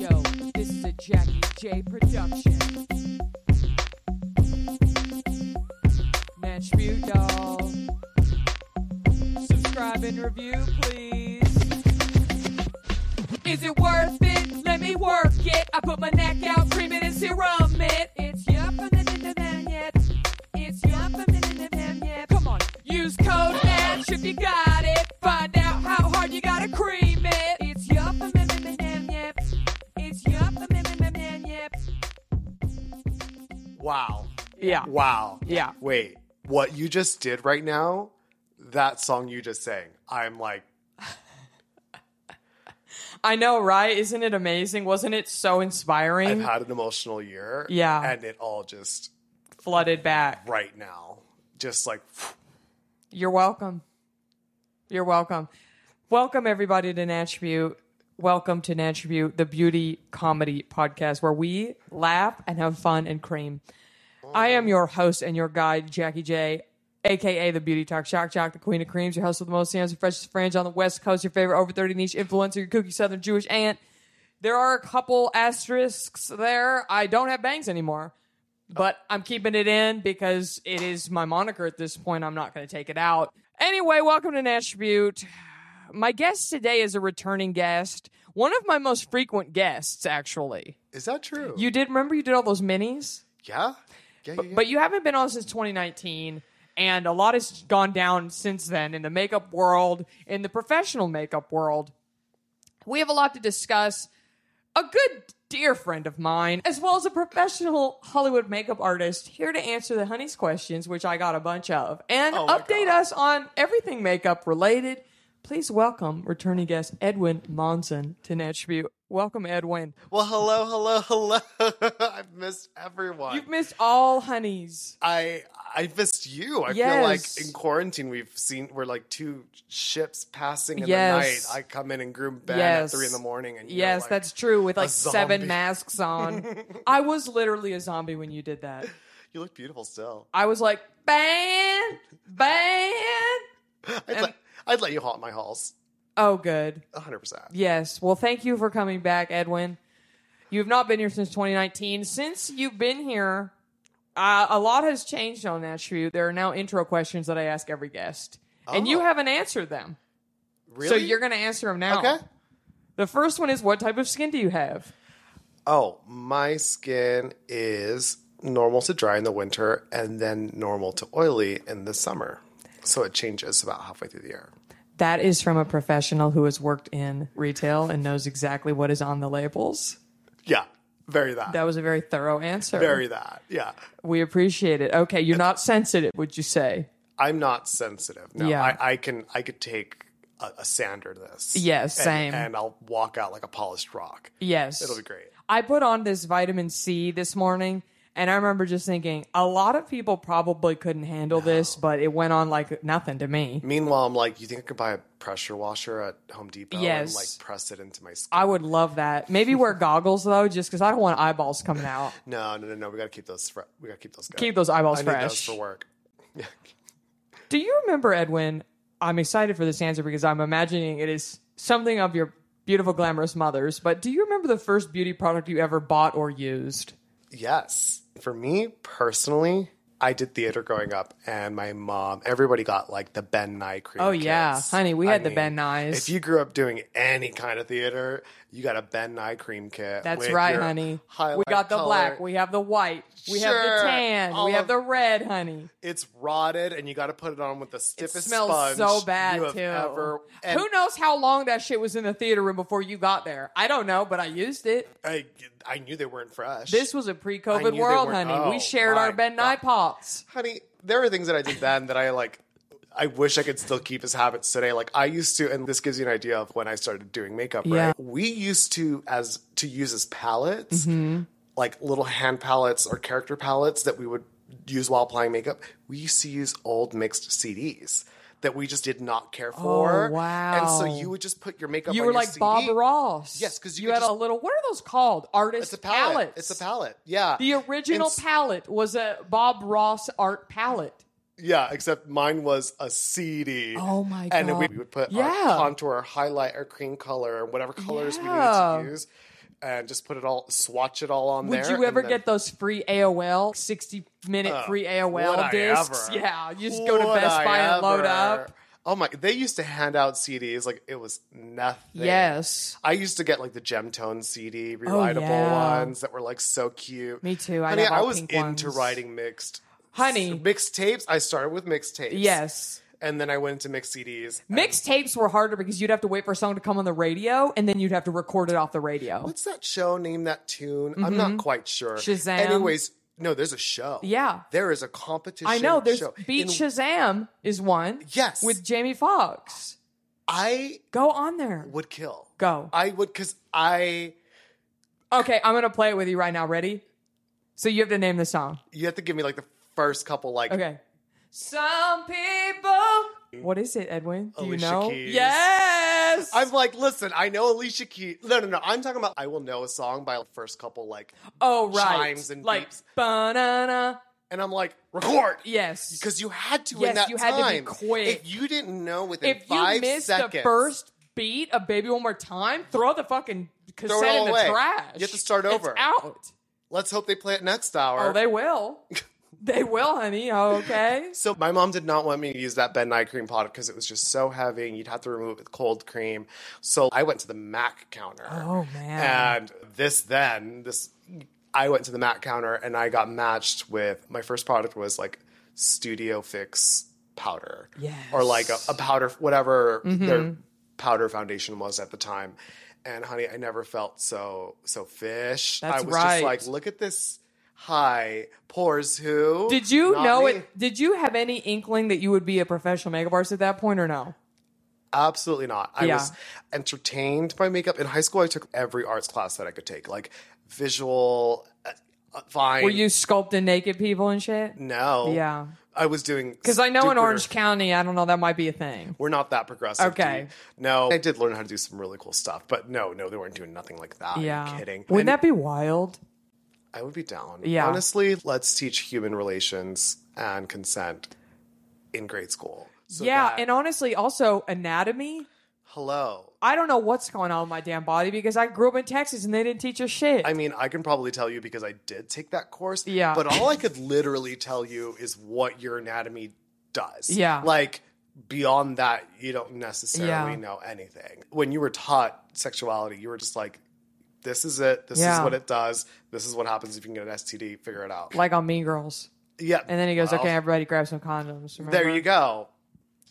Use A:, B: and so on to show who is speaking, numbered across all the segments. A: Yo, this is a Jackie J production. Natch mute, y'all. Subscribe and review, please. Is it worth it? Let me work it. I put my neck out, cream it and serum it. It's yup and then then then yet. It's yup and then then then yet. Come on, use code Natch if you got it. Find out how hard you gotta cream it. It's yup and then then then yet. It's yup and then then then yet.
B: Wow.
A: Yeah.
B: Wow.
A: Yeah.
B: Wait, what you just did right now, that song you just sang, I'm like,
A: I know, right? Isn't it amazing? Wasn't it so inspiring?
B: I've had an emotional year.
A: Yeah.
B: And it all just
A: Flooded back.
B: right now, just like,
A: You're welcome. You're welcome. Welcome everybody to Nattribute. Welcome to Nattribute, the beauty comedy podcast where we laugh and have fun and cream. I am your host and your guide, Jackie J, aka the Beauty Talk Shock Jock, the Queen of Creams, your host with the most hands, the freshest fringe on the West Coast, your favorite over 30 niche influencer, your kooky Southern Jewish aunt. There are a couple asterisks there. I don't have bangs anymore, but I'm keeping it in because it is my moniker at this point. I'm not going to take it out. Anyway, welcome to Nashvute. My guest today is a returning guest, one of my most frequent guests, actually.
B: is that true?
A: You did remember you did all those minis?
B: yeah? Yeah, yeah, yeah.
A: But you haven't been on since 2019, and a lot has gone down since then in the makeup world, in the professional makeup world. We have a lot to discuss. A good dear friend of mine, as well as a professional Hollywood makeup artist, here to answer the honey's questions, which I got a bunch of, and
B: Oh my
A: update
B: God.
A: us on everything makeup related. Please welcome returning guest Edwin Monson to Natchview. Welcome, Edwin.
B: Well, hello, hello, hello. I've missed everyone.
A: You've missed all honeys.
B: I I missed you. I
A: Yes.
B: feel like in quarantine we've seen we're like two ships passing in
A: Yes.
B: the night. I come in and groom Ben
A: Yes.
B: at three in the morning, and you're
A: Yes,
B: like,
A: that's true. With
B: a
A: like seven
B: zombie.
A: masks on, I was literally a zombie when you did that.
B: You look beautiful still.
A: I was like, ban, ban.
B: I'd, let, I'd let you haunt my halls,
A: Oh, good.
B: hundred percent.
A: Yes. Well, thank you for coming back, Edwin. You've not been here since 2019. Since you've been here, uh, a lot has changed on that shoe. There are now intro questions that I ask every guest, and you
B: Oh.
A: haven't answered them.
B: Really?
A: So you're going to answer them now.
B: okay.
A: The first one is, what type of skin do you have?
B: Oh, my skin is normal to dry in the winter, and then normal to oily in the summer. So it changes about halfway through the year.
A: That is from a professional who has worked in retail and knows exactly what is on the labels.
B: Yeah, very that,
A: That was a very thorough answer.
B: very that. Yeah.
A: We appreciate it. Okay, you're not sensitive, would you say?
B: I'm not sensitive. No,
A: Yeah.
B: I, I can I could take a, a sander to this.
A: Yeah,
B: And-
A: same.
B: And, I'll walk out like a polished rock.
A: Yes.
B: It'll be great.
A: I put on this vitamin C this morning, and I remember just thinking a lot of people probably couldn't handle this, but it went on like nothing to me.
B: Meanwhile, I'm like, you think I could buy a pressure washer at Home Depot
A: Yes.
B: and like press it into my skin?
A: I would love that. Maybe wear goggles though, just because I don't want eyeballs coming out.
B: no, no, no, no. We gotta keep those. Fre- we gotta keep those. Good.
A: Keep those eyeballs
B: I
A: fresh.
B: need those for work.
A: Do you remember, Edwin? I'm excited for this answer because I'm imagining it is something of your beautiful, glamorous mother's. But do you remember the first beauty product you ever bought or used?
B: Yes. For me personally, I did theater growing up, and my mom, everybody got like the Ben Nye cream.
A: Oh, yeah.
B: kits.
A: Honey, we
B: I
A: had the
B: mean,
A: Ben Nyes.
B: If you grew up doing any kind of theater, you got a Ben Nye cream kit.
A: That's
B: with
A: right,
B: your
A: honey. We
B: highlight
A: got the
B: color.
A: black. We have the white. We have
B: Sure.
A: the tan.
B: All
A: we have
B: of-
A: the red, honey.
B: It's rotted, and you got to put it on with the stiffest
A: smells
B: sponge
A: so bad
B: you have
A: too.
B: Ever, and
A: Who knows how long that shit was in the theater room before you got there? I don't know, but I used it.
B: I, I knew they weren't fresh.
A: This was a
B: I knew
A: pre-COVID
B: they
A: world,
B: weren't-
A: honey. we
B: oh,
A: shared
B: my
A: our Ben Nye
B: God.
A: pops.
B: honey, there are things that I did then that I like. I wish I could still keep as habits today. Like I used to, and this gives you an idea of when I started doing makeup.
A: Yeah.
B: Right, we used to as to use as palettes,
A: Mm-hmm.
B: like little hand palettes or character palettes that we would use while applying makeup. We used to use old mixed CDs that we just did not care for. And
A: Oh, wow.
B: so you would just put your makeup.
A: You
B: on
A: were
B: your
A: like
B: CD.
A: Bob Ross.
B: Yes, 'cause you
A: had
B: just-
A: a little. What are those called? Artist
B: It's a palette.
A: palettes.
B: It's a palette. Yeah.
A: The original
B: It's-
A: palette was a Bob Ross art palette.
B: Yeah, except mine was a CD.
A: Oh my
B: And
A: God.
B: we we would put
A: Yeah.
B: our contour, our highlight, our cream color, and whatever colors
A: Yeah.
B: we needed to use, and just put it all, swatch it all on
A: Would
B: there.
A: you ever
B: and then- Uh,
A: get those free AOL, 60 minute free AOL
B: Would I
A: discs?
B: ever?
A: Yeah, you just go to
B: Would
A: Best
B: I
A: Buy and load
B: ever?
A: up.
B: Oh my! They used to hand out CDs like it was nothing.
A: Yes. Oh,
B: I used to get like the Gemtone CD, reliable
A: yeah.
B: ones that were like so cute.
A: Me too. I
B: Honey,
A: love
B: I
A: all
B: was
A: pink
B: into
A: ones.
B: writing mixed.
A: Honey.
B: mixed tapes. I started with mixed tapes.
A: Yes.
B: and then I went into mixed CDs.
A: Mixtapes were harder because you'd have to wait for a song to come on the radio and then you'd have to record it off the radio.
B: What's that show? Name that tune. I'm not quite sure.
A: Mm-hmm. Shazam?
B: Anyways, no, there's a show.
A: Yeah.
B: There is a competition.
A: I know there's
B: show.
A: Beat
B: In-
A: Shazam is one.
B: Yes.
A: With Jamie Foxx.
B: I
A: Go on there.
B: would kill.
A: Go.
B: I would because I
A: Okay, I'm going to play it with you right now. Ready? So you have to name the song.
B: you have to give me like the first couple like
A: Okay. Some people. What is it, Edwin? Do
B: Alicia
A: you know?
B: Keys.
A: Yes.
B: I'm like, listen, I know Alicia Keys. No, no, no. I'm talking about I will know a song by the first couple like
A: oh right.
B: chimes and
A: like
B: beeps.
A: banana.
B: and I'm like, record.
A: Yes.
B: Because you had to
A: Yes,
B: in that
A: you had to be
B: time.
A: quick.
B: If you didn't know within
A: if you
B: five
A: missed
B: seconds,
A: the first beat of Baby One More Time, throw the fucking cassette
B: all
A: in the
B: away.
A: trash.
B: You have to start over.
A: It's out.
B: let's hope they play it next hour.
A: Oh, they will. they will, honey. Okay.
B: So my mom did not want me to use that Ben Nye cream product because it was just so heavy and you'd have to remove it with cold cream. So I went to the Mac counter.
A: Oh, man.
B: And this then, this I went to the Mac counter and I got matched with my first product was like Studio Fix powder.
A: Yes. Mm-hmm.
B: Or like a, a powder whatever their powder foundation was at the time. And honey, I never felt so so fish.
A: That's
B: I was
A: right.
B: just like, look at this high pores who
A: Did you
B: Not
A: know
B: me.
A: it? Did you have any inkling that you would be a professional makeup artist at that point, or no?
B: Absolutely not. I
A: Yeah.
B: was entertained by makeup. In high school, I took every arts class that I could take, like visual, uh, uh, fine.
A: Were you sculpting naked people and shit?
B: No.
A: Yeah.
B: I was doing.
A: Because I know in Orange County, I don't know, that might be a thing.
B: We're not that progressive.
A: Okay.
B: D. No, I did learn how to do some really cool stuff, but no, no, they weren't doing nothing like that. Are you
A: Yeah.
B: kidding.
A: Wouldn't
B: And
A: that be wild?
B: I would be down.
A: Yeah.
B: Honestly, let's teach human relations and consent in grade school. So
A: yeah.
B: that-
A: and honestly, also anatomy.
B: hello.
A: I don't know what's going on with my damn body because I grew up in Texas and they didn't teach us shit.
B: I mean, I can probably tell you because I did take that course.
A: Yeah.
B: But all I could literally tell you is what your anatomy does.
A: Yeah.
B: Like beyond that, you don't necessarily
A: Yeah.
B: know anything. When you were taught sexuality, you were just like, this is it. This
A: Yeah.
B: is what it does. This is what happens if you can get an STD. Figure it out.
A: like on Mean Girls.
B: yeah.
A: And then he goes,
B: Well,
A: okay, everybody grab some condoms. Remember?
B: There you go.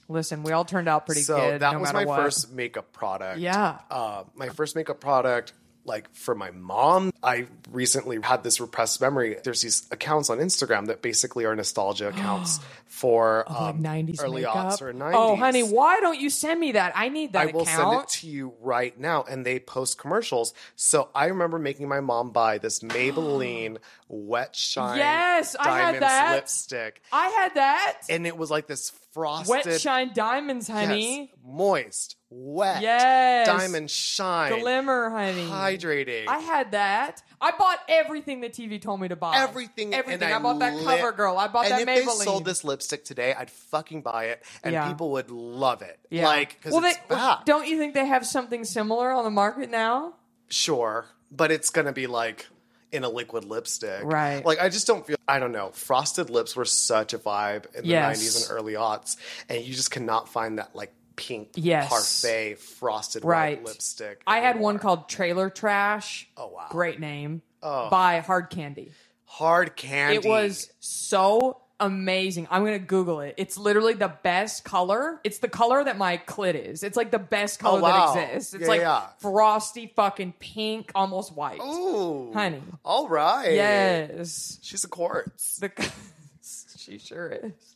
A: Listen, we all turned out pretty
B: So
A: good.
B: that
A: no
B: was
A: matter
B: my
A: what.
B: first makeup product.
A: Yeah.
B: Uh, my first makeup product, like for my mom, I recently had this repressed memory. There's these accounts on Instagram that basically are nostalgia accounts for
A: Like
B: um,
A: 90s
B: early
A: makeup.
B: aughts or 90s.
A: Oh, honey, why don't you send me that? I need that
B: I will
A: account.
B: send it to you right now, and they post commercials. So I remember making my mom buy this Maybelline Wet Shine
A: Yes, I had
B: Diamonds
A: that.
B: lipstick,
A: I had that.
B: and it was like this frosted,
A: Wet Shine Diamonds, honey.
B: yes, moist, wet,
A: Yes.
B: diamond shine,
A: Glimmer, honey.
B: hydrating.
A: I had that. I bought everything the TV told me to buy.
B: everything.
A: Everything.
B: and
A: I, bought that
B: lit-
A: cover girl. I bought
B: and
A: that
B: if
A: Maybelline.
B: they sold this lipstick today, I'd fucking buy it, and
A: Yeah.
B: people would love it.
A: Yeah.
B: Like, because
A: well,
B: it's
A: they,
B: bad.
A: don't you think they have something similar on the market now?
B: Sure, but it's gonna be like in a liquid lipstick.
A: Right.
B: Like I just don't feel I don't know. Frosted lips were such a vibe in the
A: Yes.
B: nineties and early aughts. And you just cannot find that like pink
A: Yes.
B: parfait frosted
A: Right.
B: white lipstick.
A: I had
B: anymore.
A: one called Trailer Trash.
B: Oh, wow. Oh.
A: Great name. By Hard Candy.
B: Hard candy.
A: It was so amazing. I'm gonna Google it. It's literally the best color. It's the color that my clit is. It's like the best color
B: Oh, wow.
A: that exists. It's
B: Yeah,
A: like
B: yeah.
A: frosty fucking pink, almost white.
B: Ooh.
A: Honey.
B: All right.
A: Yes.
B: She's a corpse.
A: The she sure is.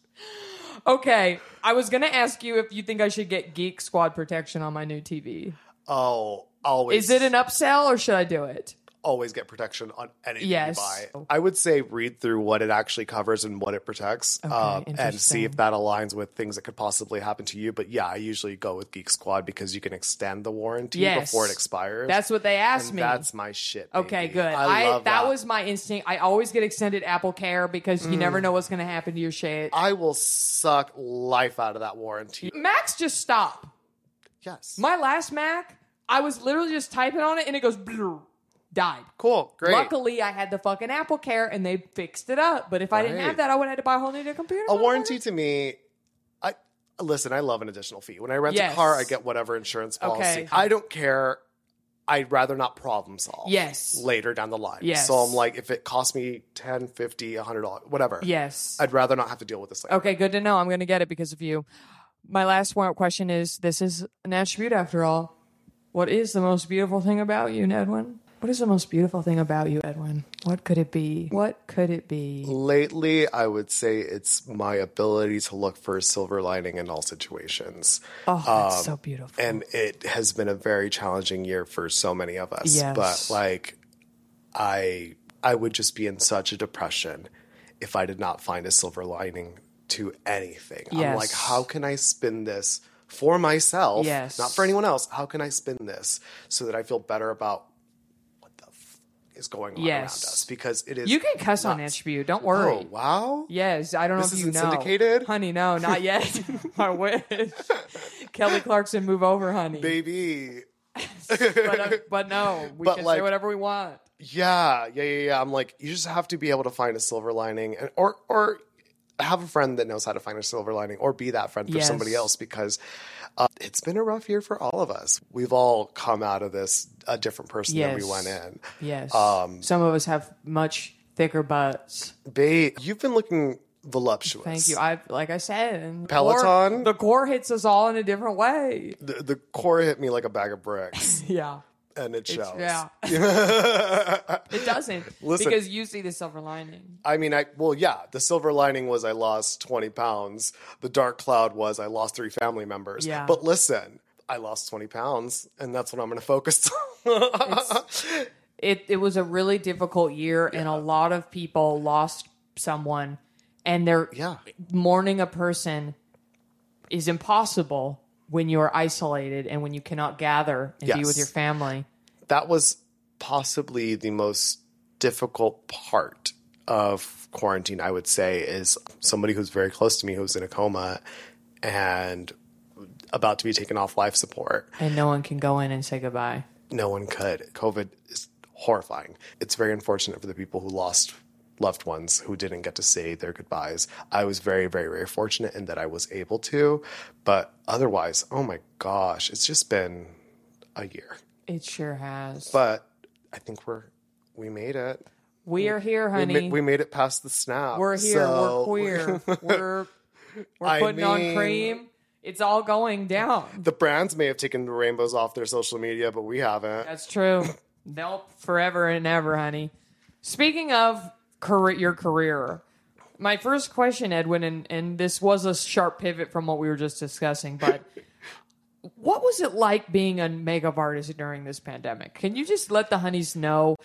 A: Okay, I was gonna ask you if you think I should get Geek Squad protection on my new TV.
B: Oh, always.
A: Is it an upsell or should I do it?
B: always get protection on anything
A: Yes. Oh.
B: you buy. I would say read through what it actually covers and what it protects um, and
A: interesting.
B: see if that aligns with things that could possibly happen to you. But yeah, I usually go with Geek Squad because you can extend the warranty
A: Yes.
B: before it expires.
A: That's what they asked
B: And
A: me.
B: That's my shit.
A: Okay,
B: baby.
A: good.
B: I,
A: I,
B: love
A: that, was my instinct. I always get extended Apple Care because you
B: Mm.
A: never know what's going to happen to your shit.
B: I will suck life out of that warranty.
A: Macs just stop.
B: Yes.
A: My last Mac, I was literally just typing on it and it goes blue, died.
B: cool. Great.
A: Luckily, I had the fucking Apple Care and they fixed it up. But if I didn't
B: Right.
A: have that, I would have had to buy a whole new computer.
B: a warranty to me i listen i love an additional fee when i rent
A: Yes.
B: a car i get whatever insurance policy
A: Okay.
B: i don't care i'd rather not problem solve
A: Yes.
B: later down the line
A: Yes.
B: so i'm like if it costs me 10 50 100 dollars whatever
A: Yes.
B: i'd rather not have to deal with this later.
A: Okay, good to know. I'm going to get it because of you. My last one question is this is an attribute after all. What is the most beautiful thing about you, Edwin? What is the most beautiful thing about you, Edwin? What could it be? What could it be?
B: lately i would say it's my ability to look for a silver lining in all situations
A: Oh, that's so beautiful.
B: Um, and it has been a very challenging year for so many of us
A: Yes.
B: but like i i would just be in such a depression if i did not find a silver lining to anything i'm
A: Yes.
B: like how can i spin this for myself
A: Yes.
B: not for anyone else how can i spin this so that i feel better about what the f- is going on
A: Yes.
B: around us because it is
A: You can cuss on
B: nuts.
A: attribute. Don't worry.
B: oh wow
A: Yes, I don't
B: This
A: know if you know.
B: isn't syndicated?
A: honey. No, not yet. I wish. Kelly Clarkson, move over, honey.
B: baby
A: But, uh, but no, we
B: But,
A: can say
B: like- um,
A: whatever we want.
B: Yeah, yeah, yeah, yeah. I'm like, you just have to be able to find a silver lining, and or or have a friend that knows how to find a silver lining, or be that friend for
A: Yes.
B: somebody else because uh, it's been a rough year for all of us. We've all come out of this a different person than we
A: Yes.
B: went in.
A: Yes. Some of us have much thicker butts.
B: Babe, you've been looking voluptuous.
A: Thank you. I like I said, and
B: Peloton?
A: gore- the core hits us all in a different way.
B: The, the core hit me like a bag of bricks,
A: Yeah.
B: and it shows.
A: Yeah. it doesn't.
B: Listen.
A: Because you see the silver lining.
B: I mean, I well, yeah. The silver lining was I lost twenty pounds. The dark cloud was I lost three family members.
A: Yeah.
B: But listen, I lost twenty pounds, and that's what I'm going to focus on.
A: It it was a really difficult year and a lot of people lost someone and they're
B: yeah,
A: mourning a person is impossible when you are isolated and when you cannot gather and be
B: Yes.
A: with your family.
B: that was possibly the most difficult part of quarantine. I would say is somebody who's very close to me who's in a coma and about to be taken off life support.
A: And no one can go in and say goodbye.
B: no one could. COVID is horrifying. It's very unfortunate for the people who lost loved ones who didn't get to say their goodbyes. I was very, very, very fortunate in that I was able to, but otherwise, oh my gosh, it's just been a year.
A: It sure has.
B: But I think we're we made it.
A: we are here,
B: We,
A: honey.
B: ma- we made it past the snap.
A: We're here.
B: So-
A: we're queer. we're we're
B: I
A: putting on
B: mean-
A: cream. It's all going down.
B: The brands may have taken the rainbows off their social media, but we haven't.
A: That's true. nope. Forever and ever, honey. Speaking of career, your career, my first question, Edwin, and, and this was a sharp pivot from what we were just discussing, but what was it like being a makeup artist during this pandemic? Can you just let the honeys know?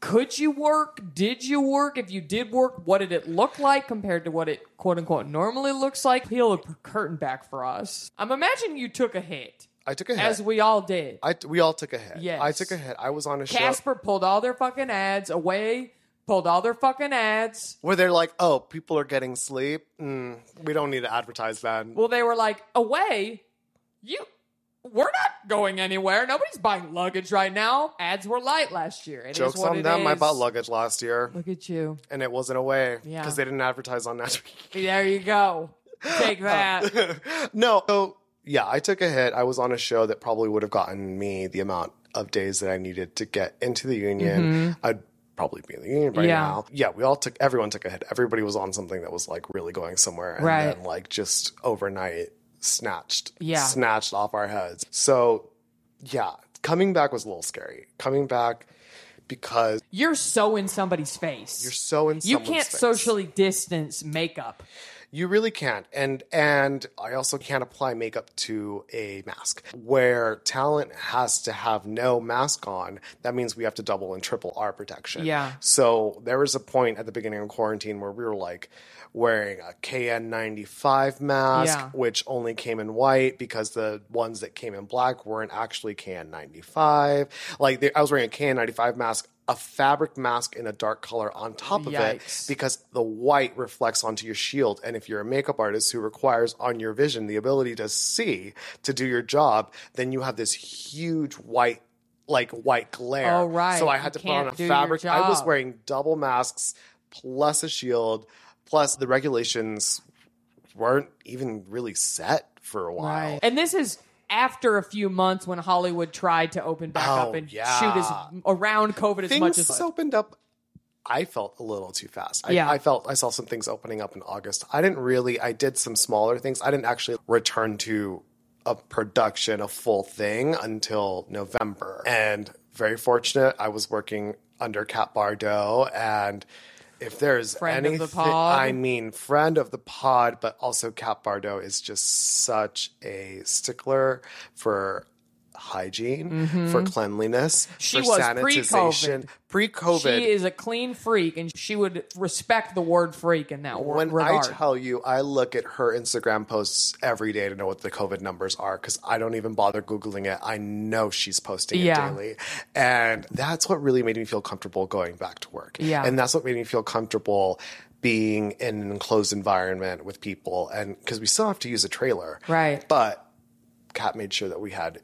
A: Could you work? Did you work? If you did work, what did it look like compared to what it quote unquote normally looks like? Peel the curtain back for us. I'm imagining you took a hit,
B: I took a hit.
A: as we all did.
B: I t- we all took a hit.
A: Yes.
B: I took a hit. I was on a show.
A: Casper pulled all their fucking ads away, pulled all their fucking ads.
B: where they're like, "Oh, people are getting sleep. Mm, we don't need to advertise that."
A: Well, they were like, away? You we're not going anywhere. Nobody's buying luggage right now. Ads were light last year. It is
B: Jokes
A: what
B: on
A: it
B: them. I
A: is.
B: bought luggage last year,
A: Look at you.
B: and it wasn't away because
A: Yeah.
B: they didn't advertise on Natural.
A: There you go.
B: Oh.
A: Take that.
B: no, so yeah, I took a hit. I was on a show that probably would have gotten me the amount of days that I needed to get into the union. I'd probably be in the union by
A: Mm-hmm. Yeah.
B: now. Yeah, we all took. Everyone took a hit. Everybody was on something that was like really going somewhere, and
A: Right.
B: then like just overnight snatched,
A: Yeah.
B: snatched off our heads. So yeah, coming back was a little scary. Coming back because
A: You're so in somebody's face.
B: you're so in.
A: you
B: someone's
A: can't
B: face.
A: socially distance makeup.
B: You really can't. And and I also can't apply makeup to a mask. Where talent has to have no mask on, that means we have to double and triple our protection.
A: Yeah.
B: So there was a point at the beginning of quarantine where we were like wearing a KN95 mask,
A: Yeah.
B: which only came in white because the ones that came in black weren't actually KN95. Like they, I was wearing a KN95 mask, a fabric mask in a dark color on top of it
A: Yikes.
B: because the white reflects onto your shield. And if you're a makeup artist who requires on your vision the ability to see to do your job, then you have this huge white, like white glare.
A: Oh, right.
B: So I
A: You
B: had to put
A: can't
B: on a
A: do your
B: fabric. I was
A: job.
B: wearing double masks plus a shield, plus the regulations weren't even really set for a while.
A: And this is after a few months when Hollywood tried to open back
B: Oh,
A: up and
B: yeah.
A: shoot as around COVID as
B: things
A: much as
B: opened up. I felt a little too fast. I,
A: Yeah.
B: I felt I saw some things opening up in August. I didn't really. I did some smaller things. I didn't actually return to a production, a full thing, until November. And very fortunate, I was working under Cat Bardo. And if there's
A: Friend of
B: anything,
A: the pod.
B: I mean, friend of the pod, but also Cat Bardo is just such a stickler for hygiene, for cleanliness,
A: Mm-hmm. She
B: for
A: was
B: sanitization. Pre-COVID,
A: she is a clean freak, and she would respect the word "freak" in that
B: when
A: word regard.
B: I tell you, I look at her Instagram posts every day to know what the COVID numbers are because I don't even bother Googling it. I know she's posting
A: Yeah.
B: it daily. And that's what really made me feel comfortable going back to work.
A: Yeah.
B: And that's what made me feel comfortable being in an enclosed environment with people. And because we still have to use a trailer.
A: Right.
B: But Kat made sure that we had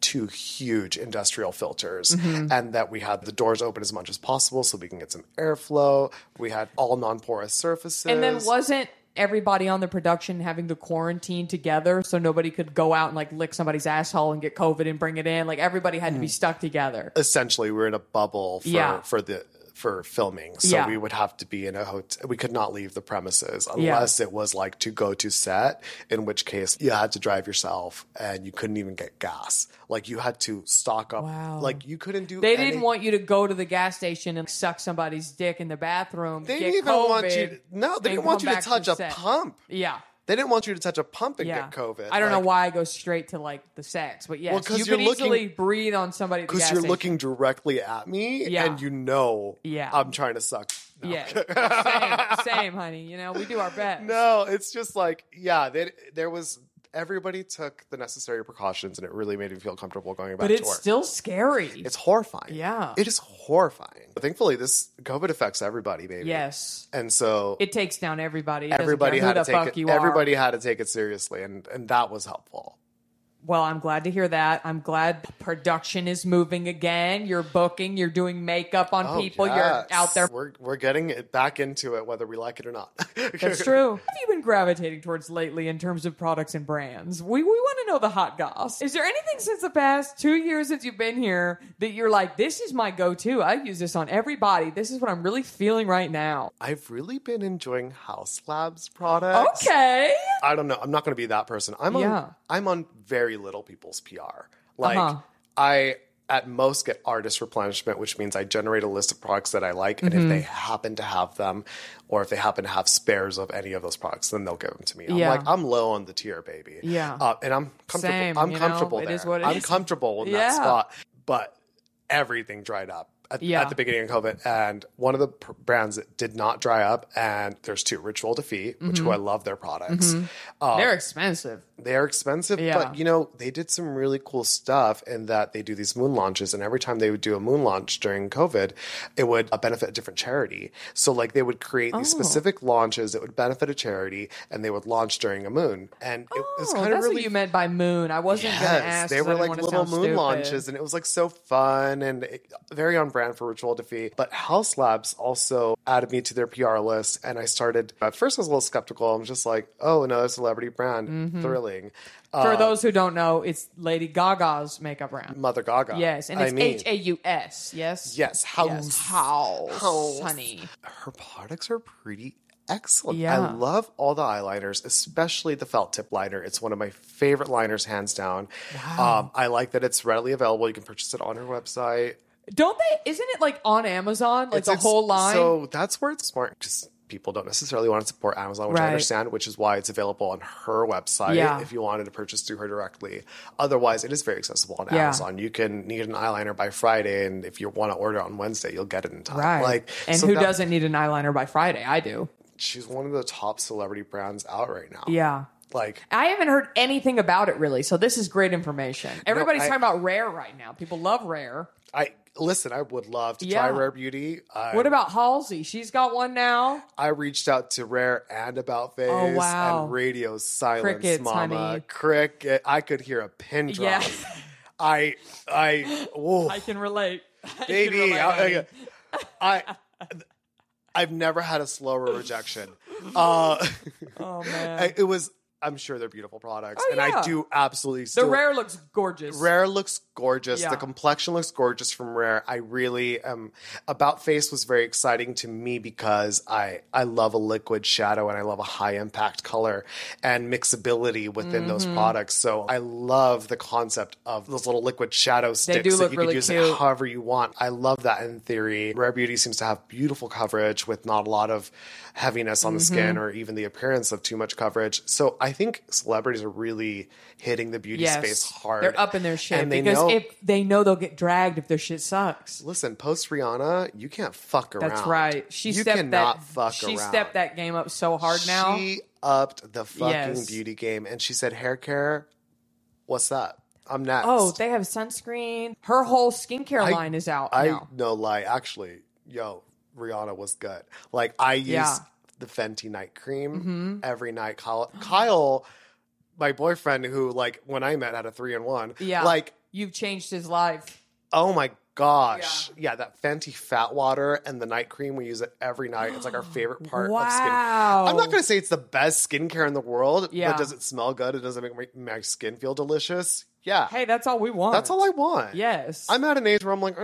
B: two huge industrial filters
A: Mm-hmm.
B: and that we had the doors open as much as possible so we can get some airflow. We had all non porous surfaces.
A: and then wasn't everybody on the production having to quarantine together so nobody could go out and like lick somebody's asshole and get COVID and bring it in? Like everybody had to
B: Hmm.
A: be stuck together.
B: Uh, essentially we were in a bubble for,
A: Yeah.
B: for the for filming so
A: Yeah.
B: we would have to be in a hotel we could not leave the premises unless it was like to go to set in which case you had to drive yourself and you couldn't even get gas like you had to stock up
A: Wow.
B: like you couldn't do
A: They
B: any-
A: didn't want you to go to the gas station and suck somebody's dick in the bathroom.
B: they
A: get
B: didn't even
A: COVID,
B: want you to, no they
A: and
B: didn't want
A: come
B: you to
A: back
B: touch a
A: set.
B: pump
A: Yeah.
B: they didn't want you to touch a pump and
A: Yeah.
B: get covid
A: I don't know
B: Like,
A: why I go straight to like the sex, but yes,
B: 'cause
A: you
B: you're
A: could
B: looking-
A: easily breathe on somebody at the
B: because
A: gas
B: you're
A: station.
B: looking directly at me
A: Yeah.
B: and you know
A: Yeah.
B: i'm trying to suck
A: Yeah, same, same, honey. You know, we do our best.
B: No, it's just like yeah, they, there was everybody took the necessary precautions, and it really made me feel comfortable going back
A: but
B: to
A: it's
B: work.
A: still scary.
B: it's horrifying.
A: Yeah.
B: it is horrifying. Thankfully, this COVID affects everybody, baby.
A: yes,
B: and so
A: it takes down everybody. It doesn't
B: everybody
A: matter
B: had
A: who
B: to
A: the
B: take
A: fuck
B: it.
A: you
B: Everybody
A: Are.
B: had to take it seriously, and and that was helpful.
A: Well, I'm glad to hear that. I'm glad production is moving again. You're booking. You're doing makeup on
B: Oh,
A: people.
B: yes.
A: You're out there.
B: We're we're getting it back into it, whether we like it or not.
A: That's true. What have you been gravitating towards lately in terms of products and brands? We we want to know the hot goss. Is there anything since the past two years since you've been here that you're like, this is my go-to? I use this on everybody. This is what I'm really feeling right now.
B: I've really been enjoying House Labs products.
A: Okay.
B: I don't know. I'm not going to be that person. I'm
A: Yeah.
B: on. I'm on very little people's PR. Like
A: Uh-huh.
B: I at most get artist replenishment, which means I generate a list of products that I like, and
A: Mm-hmm.
B: if they happen to have them, or if they happen to have spares of any of those products, then they'll give them to me.
A: Yeah.
B: I'm like I'm low on the tier, baby.
A: Yeah.
B: uh, and I'm comfortable.
A: Same,
B: I'm
A: you know,
B: comfortable.
A: it
B: there.
A: is what it
B: I'm
A: is.
B: comfortable in
A: Yeah.
B: that spot, but everything dried up. at,
A: Yeah.
B: at the beginning of COVID, and one of the pr- brands that did not dry up, and there's two Ritual Defeat, which
A: Mm-hmm.
B: who I love their products. Uh,
A: They're expensive.
B: they're expensive,
A: Mm-hmm. Yeah.
B: but you know, they did some really cool stuff in that they do these moon launches. And every time they would do a moon launch during COVID, it would uh, benefit a different charity. So, like, they would create these
A: Oh.
B: specific launches that would benefit a charity and they would launch during a moon. And it was
A: Oh,
B: kind of
A: that's
B: really
A: what you meant by moon. I wasn't gonna ask.
B: they
A: 'cause I
B: were
A: didn't
B: like
A: wanna
B: little
A: sound
B: moon
A: stupid.
B: launches, and it was like so fun and it- very on brand for Ritual Defeat. But House Labs also added me to their PR list, and I started. At first, I was a little skeptical. I'm just like, oh, another celebrity brand, thrilling.
A: Mm-hmm.
B: Uh,
A: For those who don't know, it's Lady Gaga's makeup brand.
B: Mother Gaga.
A: Yes, and
B: Mm, I
A: it's
B: mean,
A: H A U S. Yes.
B: Yes, house.
A: House,
B: House.
A: honey.
B: her products are pretty excellent.
A: Yeah.
B: I love all the eyeliners, especially the felt tip liner. It's one of my favorite liners, hands down. Um, I like that it's readily available. You can purchase it on her website.
A: Don't they? Isn't it like on Amazon? Like the
B: ex-
A: whole line.
B: So that's where it's smart because people don't necessarily want to support Amazon, which
A: Right.
B: I understand, which is why it's available on her website
A: Yeah.
B: if you wanted to purchase through her directly. Otherwise, it is very accessible on
A: Yeah.
B: Amazon. You can need an eyeliner by Friday, and if you want to order on Wednesday, you'll get it in time.
A: right.
B: Like,
A: and
B: so
A: who
B: that-
A: doesn't need an eyeliner by Friday? I do.
B: She's one of the top celebrity brands out right now.
A: Yeah.
B: Like,
A: I haven't heard anything about it really, so this is great information. Everybody's
B: I-
A: talking about Rare right now. People love Rare.
B: I listen. I would love to
A: Yeah.
B: try Rare Beauty. I,
A: What about Halsey? She's got one now.
B: I reached out to Rare and About Face
A: Oh, wow.
B: and Radio Silence,
A: Crickets,
B: Mama
A: honey.
B: Cricket. I could hear a pin drop.
A: Yeah.
B: I, I, whoa,
A: I can relate.
B: baby, I, I, I, have never had a slower rejection. Uh,
A: oh man.
B: I- it was. I'm sure they're beautiful products,
A: Oh,
B: and
A: yeah.
B: I do absolutely
A: the
B: still.
A: Rare looks gorgeous.
B: Rare looks gorgeous.
A: Yeah.
B: The complexion looks gorgeous from Rare. I really um about face was very exciting to me because I I love a liquid shadow and I love a high impact color and mixability within those
A: Mm-hmm.
B: products. So I love the concept of those little liquid shadow sticks
A: do
B: that
A: look
B: you
A: really
B: can use
A: cute.
B: however you want. I love that in theory. Rare Beauty seems to have beautiful coverage with not a lot of heaviness on the
A: Mm-hmm.
B: skin or even the appearance of too much coverage. So I think celebrities are really hitting the beauty space hard.
A: They're up in their shit
B: And they
A: because
B: know,
A: if they know they'll get dragged if their shit sucks.
B: listen, post Rihanna, you can't fuck around.
A: That's right. She
B: you
A: stepped
B: cannot
A: that
B: fuck
A: she
B: around.
A: stepped that game up so hard now.
B: She upped the fucking
A: Yes.
B: beauty game, and she said, "Hair care, what's up? I'm next."
A: oh, they have sunscreen. Her whole skincare
B: I-
A: line is out
B: I
A: now.
B: no lie, actually, yo, Rihanna was good. Like I use
A: Yeah. Mm-hmm.
B: the Fenty night cream every night. Kyle, Kyle, my boyfriend, who like when I met had a three and one.
A: Yeah.
B: like
A: You've changed his life.
B: Oh my gosh. Yeah. that Fenty fat water and the night cream we use it every night. It's like our favorite part of skin.
A: Wow.
B: I'm not going to say it's the best skincare in the world,
A: Yeah.
B: but does it smell good? It doesn't make my, my skin feel delicious. Yeah.
A: Hey, that's all we want.
B: That's all I want.
A: Yes.
B: I'm at an age where I'm like,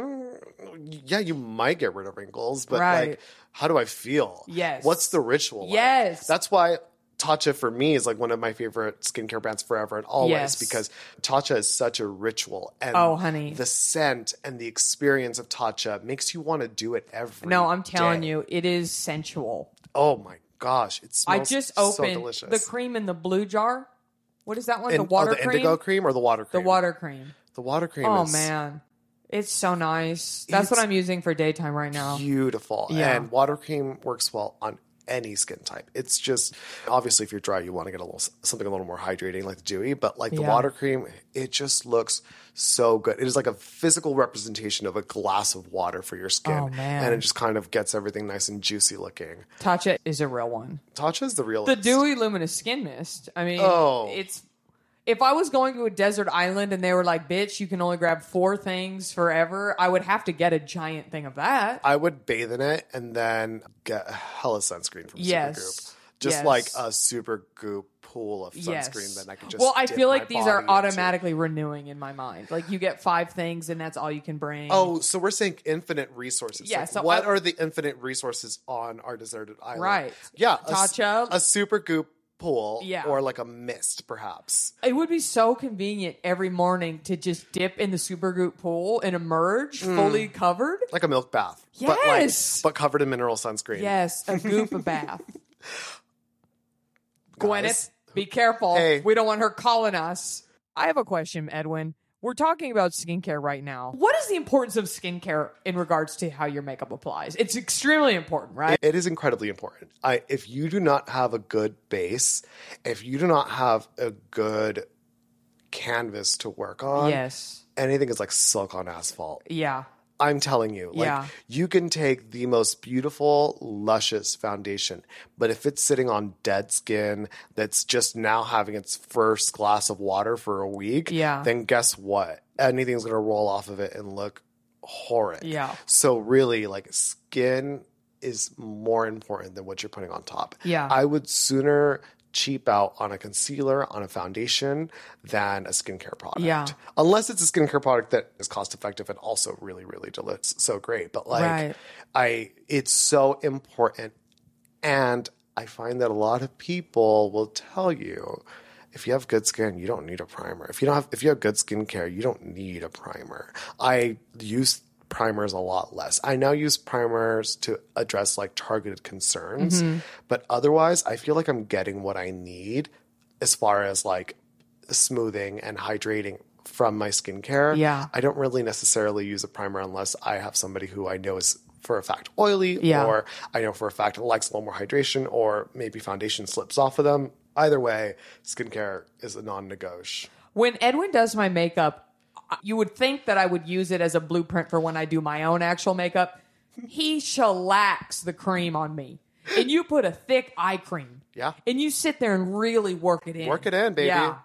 B: mm, yeah, you might get rid of wrinkles, but
A: Right.
B: like, how do I feel?
A: Yes.
B: What's the ritual? like?
A: Yes.
B: That's why Tatcha for me is like one of my favorite skincare brands forever and always
A: Yes.
B: because Tatcha is such a ritual. And
A: Oh, honey.
B: The scent and the experience of Tatcha makes you want to do it every
A: no, I'm telling
B: day.
A: you, it is sensual.
B: Oh my gosh. It
A: I
B: smells
A: just
B: so
A: opened
B: delicious.
A: the cream in the blue jar. What is that one?
B: And-
A: the
B: oh,
A: water
B: the
A: cream?
B: indigo cream or the water
A: The
B: cream?
A: water cream.
B: The water cream
A: Oh
B: is
A: man. It's so nice. That's what
B: It's
A: I'm using for daytime right now.
B: beautiful.
A: Yeah.
B: And water cream works well on any skin type. It's just obviously if you're dry, you want to get a little something a little more hydrating, like the dewy. But like the
A: Yeah.
B: water cream, it just looks so good. It is like a physical representation of a glass of water for your skin,
A: Oh, man.
B: and it just kind of gets everything nice and juicy looking.
A: Tatcha is a real one.
B: Tatcha's the real
A: The dewy luminous skin mist. I mean,
B: Oh.
A: it's if I was going to a desert island and they were like, "Bitch, you can only grab four things forever," I would have to get a giant thing of that.
B: I would bathe in it and then get hella sunscreen from
A: Yes.
B: Supergoop. Just
A: Yes.
B: like a super goop pool of sunscreen
A: yes.
B: that I can just
A: well, I
B: dip
A: feel
B: my
A: like these are
B: body into.
A: automatically renewing in my mind. Like you get five things and that's all you can bring.
B: Oh, so we're saying infinite resources.
A: Yeah,
B: Like,
A: so
B: what
A: I-
B: are the infinite resources on our deserted island?
A: Right.
B: Yeah. a s-
A: Tatcha.
B: A, super goop pool.
A: Yeah.
B: Or like a mist, perhaps.
A: It would be so convenient every morning to just dip in the supergoop pool and emerge fully covered.
B: Like a milk bath.
A: Yes.
B: But, like, but covered in mineral sunscreen.
A: Yes, a goop bath.
B: Guys.
A: Gwyneth, be careful.
B: Hey.
A: We don't want her calling us. I have a question, Edwin. We're talking about skincare right now. What is the importance of skincare in regards to how your makeup applies? It's extremely important, right?
B: It is incredibly important. I, if you do not have a good base, if you do not have a good canvas to work on,
A: yes.
B: anything is like silk on asphalt.
A: Yeah.
B: I'm telling you, like
A: Yeah.
B: you can take the most beautiful, luscious foundation, but if it's sitting on dead skin that's just now having its first glass of water for a week,
A: Yeah.
B: then guess what? Anything's gonna roll off of it and look horrid.
A: Yeah.
B: So really, like skin is more important than what you're putting on top.
A: Yeah.
B: I would sooner cheap out on a concealer, on a foundation, than a skincare product
A: Yeah.
B: unless it's a skincare product that is cost effective and also really really delicious so great but like
A: Right.
B: i it's so important and i find that a lot of people will tell you if you have good skin you don't need a primer if you don't have if you have good skincare you don't need a primer i use primers a lot less i now use primers to address like targeted concerns but otherwise i feel like i'm getting what i need as far as like smoothing and hydrating from my skincare.
A: Yeah.
B: I don't really necessarily use a primer unless I have somebody who I know is for a fact oily
A: Yeah.
B: or I know for a fact likes a little more hydration or maybe foundation slips off of them. Either way, skincare is a non negotiable.
A: When Edwin does my makeup, I- you would think that I would use it as a blueprint for when I do my own actual makeup. He shellacks the cream on me. And you put a thick eye cream.
B: Yeah.
A: And you sit there and really work it in.
B: Work it in, baby.
A: Yeah.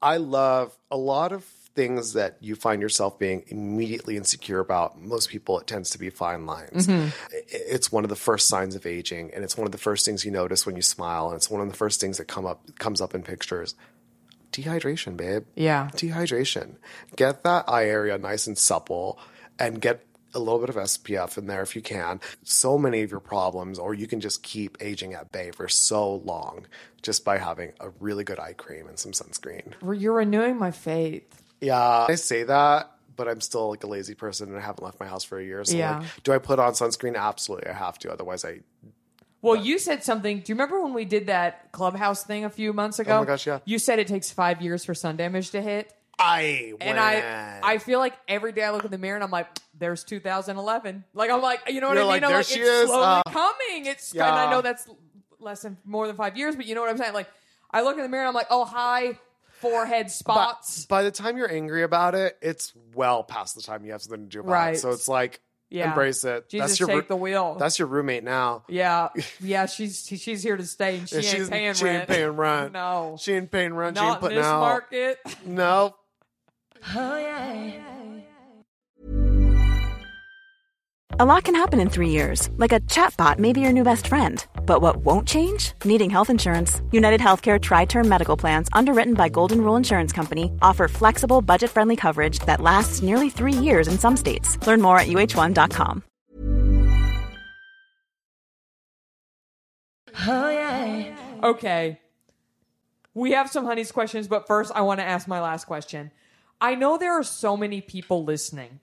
B: I love a lot of things that you find yourself being immediately insecure about. Most people, it tends to be fine lines. I- It's one of the first signs of aging, and it's one of the first things you notice when you smile, and it's one of the first things that come up comes up in pictures. Dehydration, babe.
A: Yeah.
B: Dehydration. Get that eye area nice and supple, and get a little bit of SPF in there if you can. So many of your problems, or you can just keep aging at bay for so long just by having a really good eye cream and some sunscreen.
A: You're renewing my faith.
B: Yeah, I say that, but I'm still like a lazy person and I haven't left my house for a year. So,
A: Yeah.
B: like, do I put on sunscreen? Absolutely, I have to. Otherwise, I
A: Well, you said something. Do you remember when we did that clubhouse thing a few months ago?
B: Oh my gosh, yeah.
A: You said it takes five years for sun damage to hit.
B: I
A: And I I feel like every day I look in the mirror and I'm like, there's 2011. Like I'm like, you know what
B: You're
A: I mean?
B: like,
A: I'm
B: there
A: like,
B: she
A: it's
B: is.
A: slowly
B: Uh,
A: coming. It's and
B: yeah.
A: I know that's l- less than more than five years, but you know what I'm saying? Like I look in the mirror and I'm like, oh hi, forehead
B: But
A: spots.
B: by the time you're angry about it, it's well past the time you have something to do about
A: Right.
B: it. So it's like
A: Yeah.
B: embrace it.
A: Jesus,
B: that's your
A: take
B: roo-
A: the wheel.
B: that's your roommate now.
A: yeah, yeah. She's she's here to stay, and she
B: And
A: ain't
B: she's-
A: paying
B: she ain't
A: rent.
B: paying rent.
A: No,
B: She ain't paying rent. she ain't
A: not in
B: putting
A: this
B: out.
A: market.
B: No.
C: A lot can happen in three years, like a chatbot may be your new best friend. But what won't change? Needing health insurance. United Healthcare Tri Term Medical Plans, underwritten by Golden Rule Insurance Company, offer flexible, budget friendly coverage that lasts nearly three years in some states. Learn more at uh1.com.
A: Okay. We have some honeys questions, but first I want to ask my last question. I know there are so many people listening.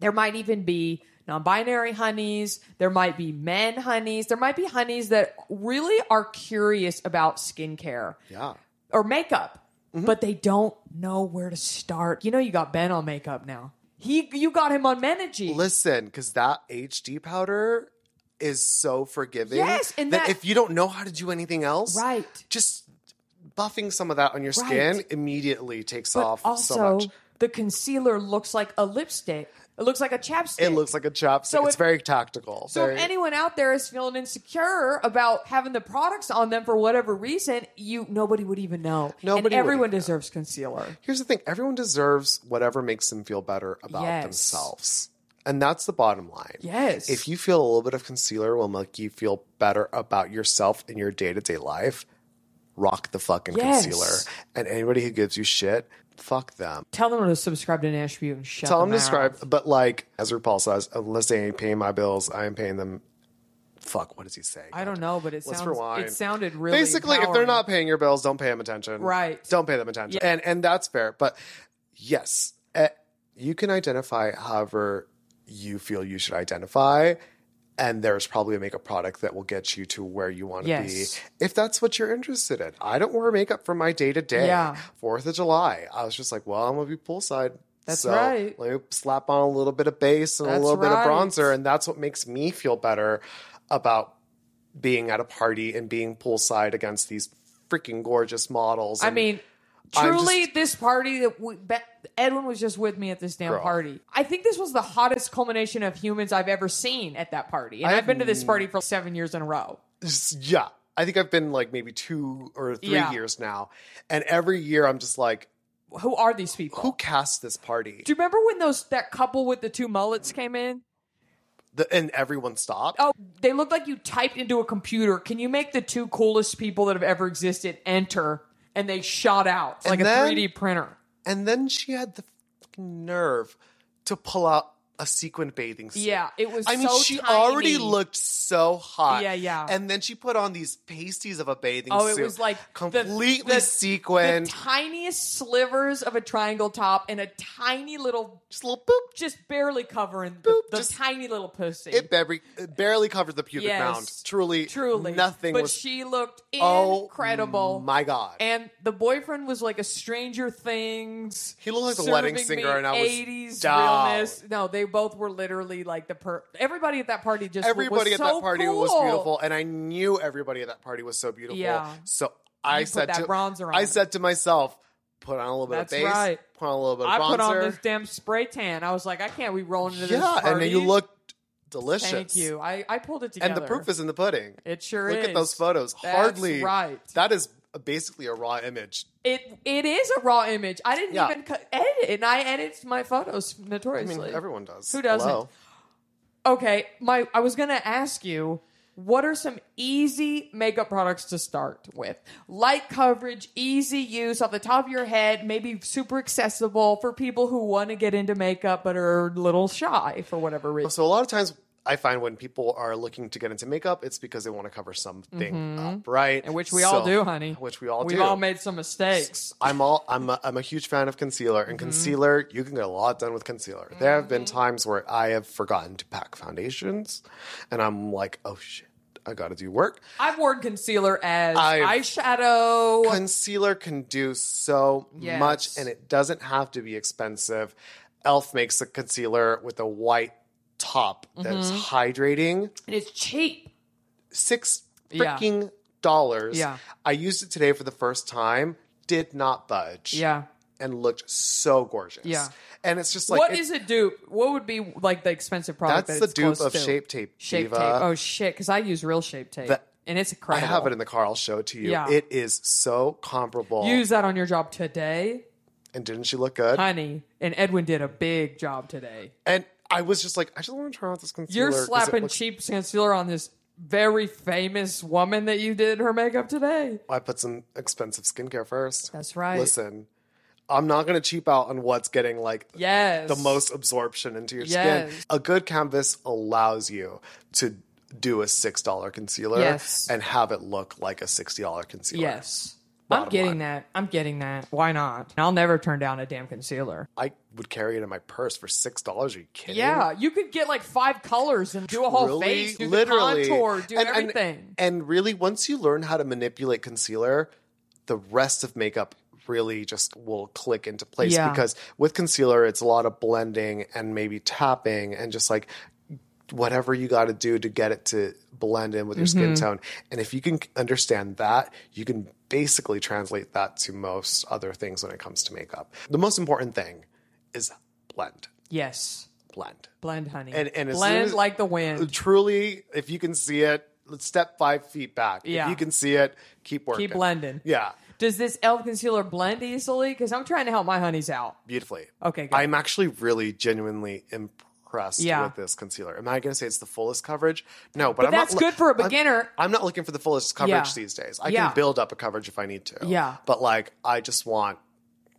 A: There might even be non binary honeys. There might be men honeys. There might be honeys that really are curious about skincare
B: Yeah.
A: or makeup,
B: Mm-hmm.
A: but they don't know where to start. You know, you got Ben on makeup now. He, you got him on Menergy.
B: Listen, because that HD powder is so forgiving.
A: Yes, and that-
B: if you don't know how to do anything else,
A: Right.
B: Just buffing some of that on your skin
A: Right.
B: immediately takes
A: but
B: off
A: also,
B: so much.
A: the concealer looks like a lipstick. It looks like a chapstick.
B: It looks like a chapstick.
A: So
B: it's
A: if-
B: very tactical.
A: So
B: very-
A: if anyone out there is feeling insecure about having the products on them for whatever reason, you nobody would even know.
B: Nobody would
A: and everyone
B: even know.
A: deserves concealer.
B: here's the thing: everyone deserves whatever makes them feel better about
A: Yes.
B: themselves. And that's the bottom line.
A: Yes.
B: If you feel a little bit of concealer will make you feel better about yourself in your day to day life, rock the fucking
A: Yes.
B: concealer. And anybody who gives you shit, fuck them.
A: Tell them to subscribe to Nashville and shut
B: Tell
A: them
B: them to subscribe. But like, as RuPaul says, unless they ain't paying my bills, I ain't paying them. Fuck, what does he say?
A: I don't know, but it
B: Let's
A: sounds
B: rewind.
A: it sounded really
B: basically if they're
A: empowering.
B: not paying your bills, don't pay them attention.
A: Right.
B: Don't pay them attention. And and that's fair. But yes, eh, you can identify however you feel you should identify. and there's probably a makeup product that will get you to where you want to
A: Yes.
B: be if that's what you're interested in. I don't wear makeup for my day to day.
A: Yeah.
B: Fourth of July. I was just like, well, I'm gonna be poolside.
A: That's
B: so
A: right.
B: Let me slap on a little bit of base and
A: That's
B: a little
A: right.
B: bit of bronzer, and that's what makes me feel better about being at a party and being poolside against these freaking gorgeous models.
A: I
B: And
A: mean,
B: I'm
A: truly,
B: just-
A: this party that we, Be- Edwin was just with me at this damn
B: Girl.
A: party. I think this was the hottest culmination of humans I've ever seen at that party, and I've been to this party for seven years in a row.
B: just- yeah, I think I've been like maybe two or three
A: Yeah.
B: years now, and every year I'm just like,
A: Who are these people?
B: who cast this party?
A: Do you remember when those that couple with the two mullets came in?
B: The- and everyone stopped.
A: Oh, they looked like you typed into a computer. Can you make the two coolest people that have ever existed enter? And they shot out It's
B: And
A: like
B: then-
A: a 3D printer.
B: And then she had the fucking nerve to pull out a sequined bathing suit.
A: Yeah, it was
B: I mean,
A: so
B: she
A: tiny.
B: already looked so hot.
A: Yeah, yeah.
B: And then she put on these pasties of a bathing
A: Oh,
B: suit.
A: it was like the-
B: completely
A: the-
B: sequined.
A: the tiniest slivers of a triangle top and a tiny little,
B: just a little boop.
A: just barely covering the,
B: Boop,
A: the
B: just-
A: tiny little pussy.
B: It barely, it barely covered the pubic
A: Yes.
B: mound. Truly,
A: Truly,
B: nothing
A: But
B: was.
A: she looked
B: Oh,
A: incredible.
B: my God.
A: And the boyfriend was like a Stranger Things.
B: He looked like the wedding
A: serving me
B: singer, and I was
A: eighties
B: down.
A: realness. No, they both were literally like the per. Everybody at that party just
B: everybody
A: was
B: at
A: so
B: that party was
A: cool.
B: beautiful, and I knew everybody at that party was so beautiful.
A: Yeah.
B: So I
A: You put
B: said
A: that
B: to
A: bronzer on
B: I
A: it.
B: said to myself, put on a little bit
A: That's
B: of base,
A: right.
B: put on a little bit of
A: I
B: bronzer.
A: put on this damn spray tan. I was like, I can't be rolling into this
B: yeah,
A: party.
B: and then you looked delicious.
A: Thank you. I, I pulled it together.
B: And the proof is in the pudding.
A: It sure
B: Look
A: is.
B: at those photos.
A: That's
B: Hardly
A: right.
B: That is basically a raw image.
A: It it is a raw image. I didn't
B: Yeah.
A: even cut, edit it, and I edit my photos
B: I mean,
A: notoriously.
B: everyone does.
A: Who doesn't?
B: Hello.
A: Okay, my I was gonna ask you what are some easy makeup products to start with? Light coverage, easy use off the top of your head, maybe super accessible for people who want to get into makeup but are a little shy for whatever reason.
B: So a lot of times I find when people are looking to get into makeup, it's because they want to cover something up, right?
A: Mm-hmm. And which we
B: So-
A: all do, honey.
B: Which we all
A: We've
B: do.
A: all made some mistakes. Mm-hmm.
B: I'm all I'm a, I'm a huge fan of concealer and concealer you can get a lot done with concealer. There have been times where I have forgotten to pack foundations and I'm like, "Oh shit, I got to do work."
A: I've worn concealer as
B: I've-
A: eyeshadow.
B: Concealer can do so
A: Yes.
B: much and it doesn't have to be expensive. Elf makes a concealer with a white top that's
A: Mm-hmm.
B: hydrating.
A: and it's cheap.
B: 6
A: Yeah.
B: freaking dollars.
A: Yeah.
B: I used it today for the first time. Did not budge.
A: Yeah.
B: and looked so gorgeous.
A: Yeah.
B: And it's just like
A: what
B: it-
A: is a dupe? What would be like the expensive product?
B: That's
A: that
B: the
A: it's
B: dupe
A: close
B: of
A: to?
B: Shape Tape,
A: Shape
B: Diva.
A: tape. Oh shit! Because I use real shape tape,
B: That-
A: and it's
B: I
A: incredible.
B: have it in the car, I'll show it to you.
A: Yeah.
B: It is so comparable.
A: Use that on your job today,
B: and didn't she look good?
A: honey. And Edwin did a big job today.
B: and I was just like, I just want to try out this concealer.
A: You're
B: 'cause it
A: slapping
B: looks-
A: cheap concealer on this very famous woman that you did her makeup today.
B: I put some expensive skincare first.
A: That's right.
B: Listen, I'm not going to cheap out on what's getting like
A: Yes.
B: the most absorption into your skin.
A: Yes.
B: A good canvas allows you to do a six dollar concealer
A: Yes.
B: and have it look like a sixty dollar concealer.
A: Yes. I'm
B: Bottom
A: getting
B: line.
A: that. I'm getting that. Why not? I'll never turn down a damn concealer.
B: I would carry it in my purse for six dollars. Are you kidding?
A: Yeah, you could get like five colors and do a whole
B: Really?
A: face, do
B: literally,
A: the contour, do
B: And- and-
A: everything.
B: And, really, once you learn how to manipulate concealer, the rest of makeup really just will click into place
A: Yeah.
B: because with concealer, it's a lot of blending and maybe tapping and just like whatever you got to do to get it to blend in with your skin tone. And if you can understand that, you can basically translate that to most other things when it comes to makeup. The most important thing is blend,
A: yes,
B: blend.
A: blend, honey,
B: And- and as soon
A: blend
B: as-
A: like the wind.
B: truly, if you can see it, let's step five feet back.
A: Yeah.
B: If you can see it, keep working.
A: Keep blending.
B: Yeah.
A: Does this elf concealer blend easily? Because I'm trying to help my honeys out.
B: Beautifully.
A: Okay, good.
B: I'm actually really genuinely impressed
A: Yeah.
B: with this concealer. Am I going to say it's the fullest coverage? No, but, I'm
A: that's
B: not,
A: good for a
B: I'm-
A: beginner.
B: I'm, not looking for the fullest coverage
A: Yeah.
B: these days. I
A: Yeah.
B: can build up a coverage if I need to.
A: Yeah.
B: But like, I just want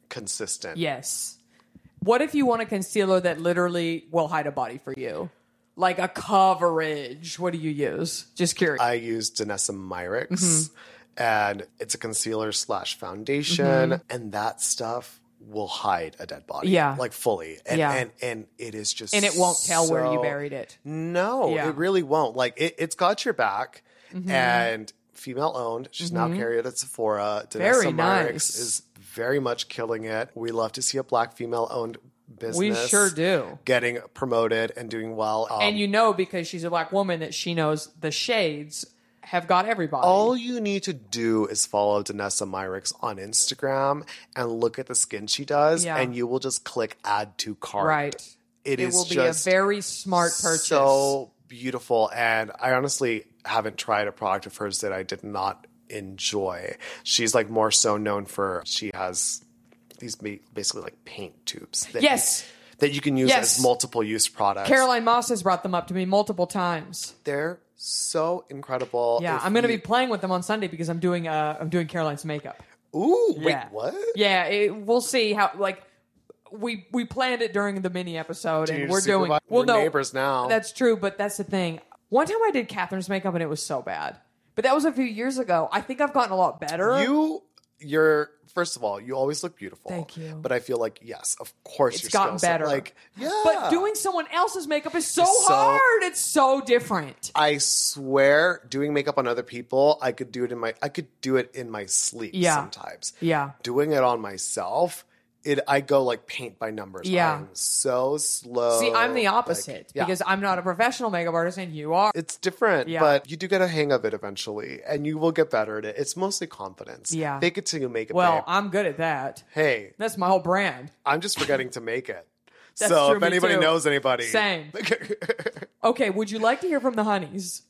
B: consistent.
A: Yes. What if you want a concealer that literally will hide a body for you? Like a coverage. What do you use? Just curious.
B: I use Danessa
A: Mm-hmm.
B: Myricks, and it's a concealer slash foundation, and that stuff will hide a dead body.
A: Yeah.
B: Like fully. And
A: Yeah.
B: and, and it is just
A: and it won't tell where you
B: so-
A: buried it.
B: No,
A: Yeah. Mm-hmm.
B: it really won't. Like it, it's got your back and female owned. She's now carried at Sephora. Vanessa
A: Very
B: Marks
A: nice.
B: is very much killing it. We love to see a black female owned business.
A: We sure do.
B: Getting promoted and doing well. Um,
A: and you know because she's a black woman that she knows the shades have got everybody.
B: all you need to do is follow Danessa Myricks on Instagram and look at the skin she does,
A: Yeah.
B: and you will just click add to cart.
A: right.
B: It is
A: will be a
B: just
A: very smart purchase.
B: So beautiful, and I honestly haven't tried a product of hers that I did not enjoy. She's like more so known for she has these ba- basically like paint tubes. That
A: Yes.
B: that you can use
A: Yes.
B: as multiple use products.
A: Caroline Moss has brought them up to me multiple times.
B: They're so incredible.
A: Yeah,
B: If
A: I'm going to
B: you-
A: be playing with them on Sunday because I'm doing uh, I'm doing Caroline's makeup.
B: Ooh, wait,
A: Yeah.
B: what?
A: Yeah, it, we'll see how like we we planned it during the mini episode and
B: Dude,
A: we're doing
B: supervi-
A: well
B: we're
A: no
B: neighbors now.
A: That's true, but that's the thing. One time I did Catherine's makeup and it was so bad. But that was a few years ago. I think I've gotten a lot better.
B: You, you're first of all, you always look beautiful.
A: Thank you.
B: But I feel like yes, of course,
A: it's
B: your
A: gotten
B: skill set-
A: better.
B: Like yeah,
A: But doing someone else's makeup is so,
B: So-
A: hard. It's so different.
B: I swear, doing makeup on other people, I could do it in my, I could do it in my sleep
A: Yeah.
B: sometimes.
A: Yeah.
B: Doing it on myself, it I go like paint by numbers.
A: Yeah.
B: I'm so slow.
A: See, I'm the
B: like,
A: opposite
B: yeah.
A: because I'm not a professional makeup artist and you are.
B: it's different,
A: Yeah.
B: but you do get a hang of it eventually, and you will get better at it. It's mostly confidence.
A: Yeah.
B: Fake it till you make it.
A: Well,
B: babe.
A: I'm good at that.
B: hey,
A: That's my whole brand.
B: I'm just forgetting to make it.
A: That's
B: so
A: true,
B: if
A: me
B: anybody
A: too.
B: knows anybody,
A: Same. Okay, would you like to hear from the honeys?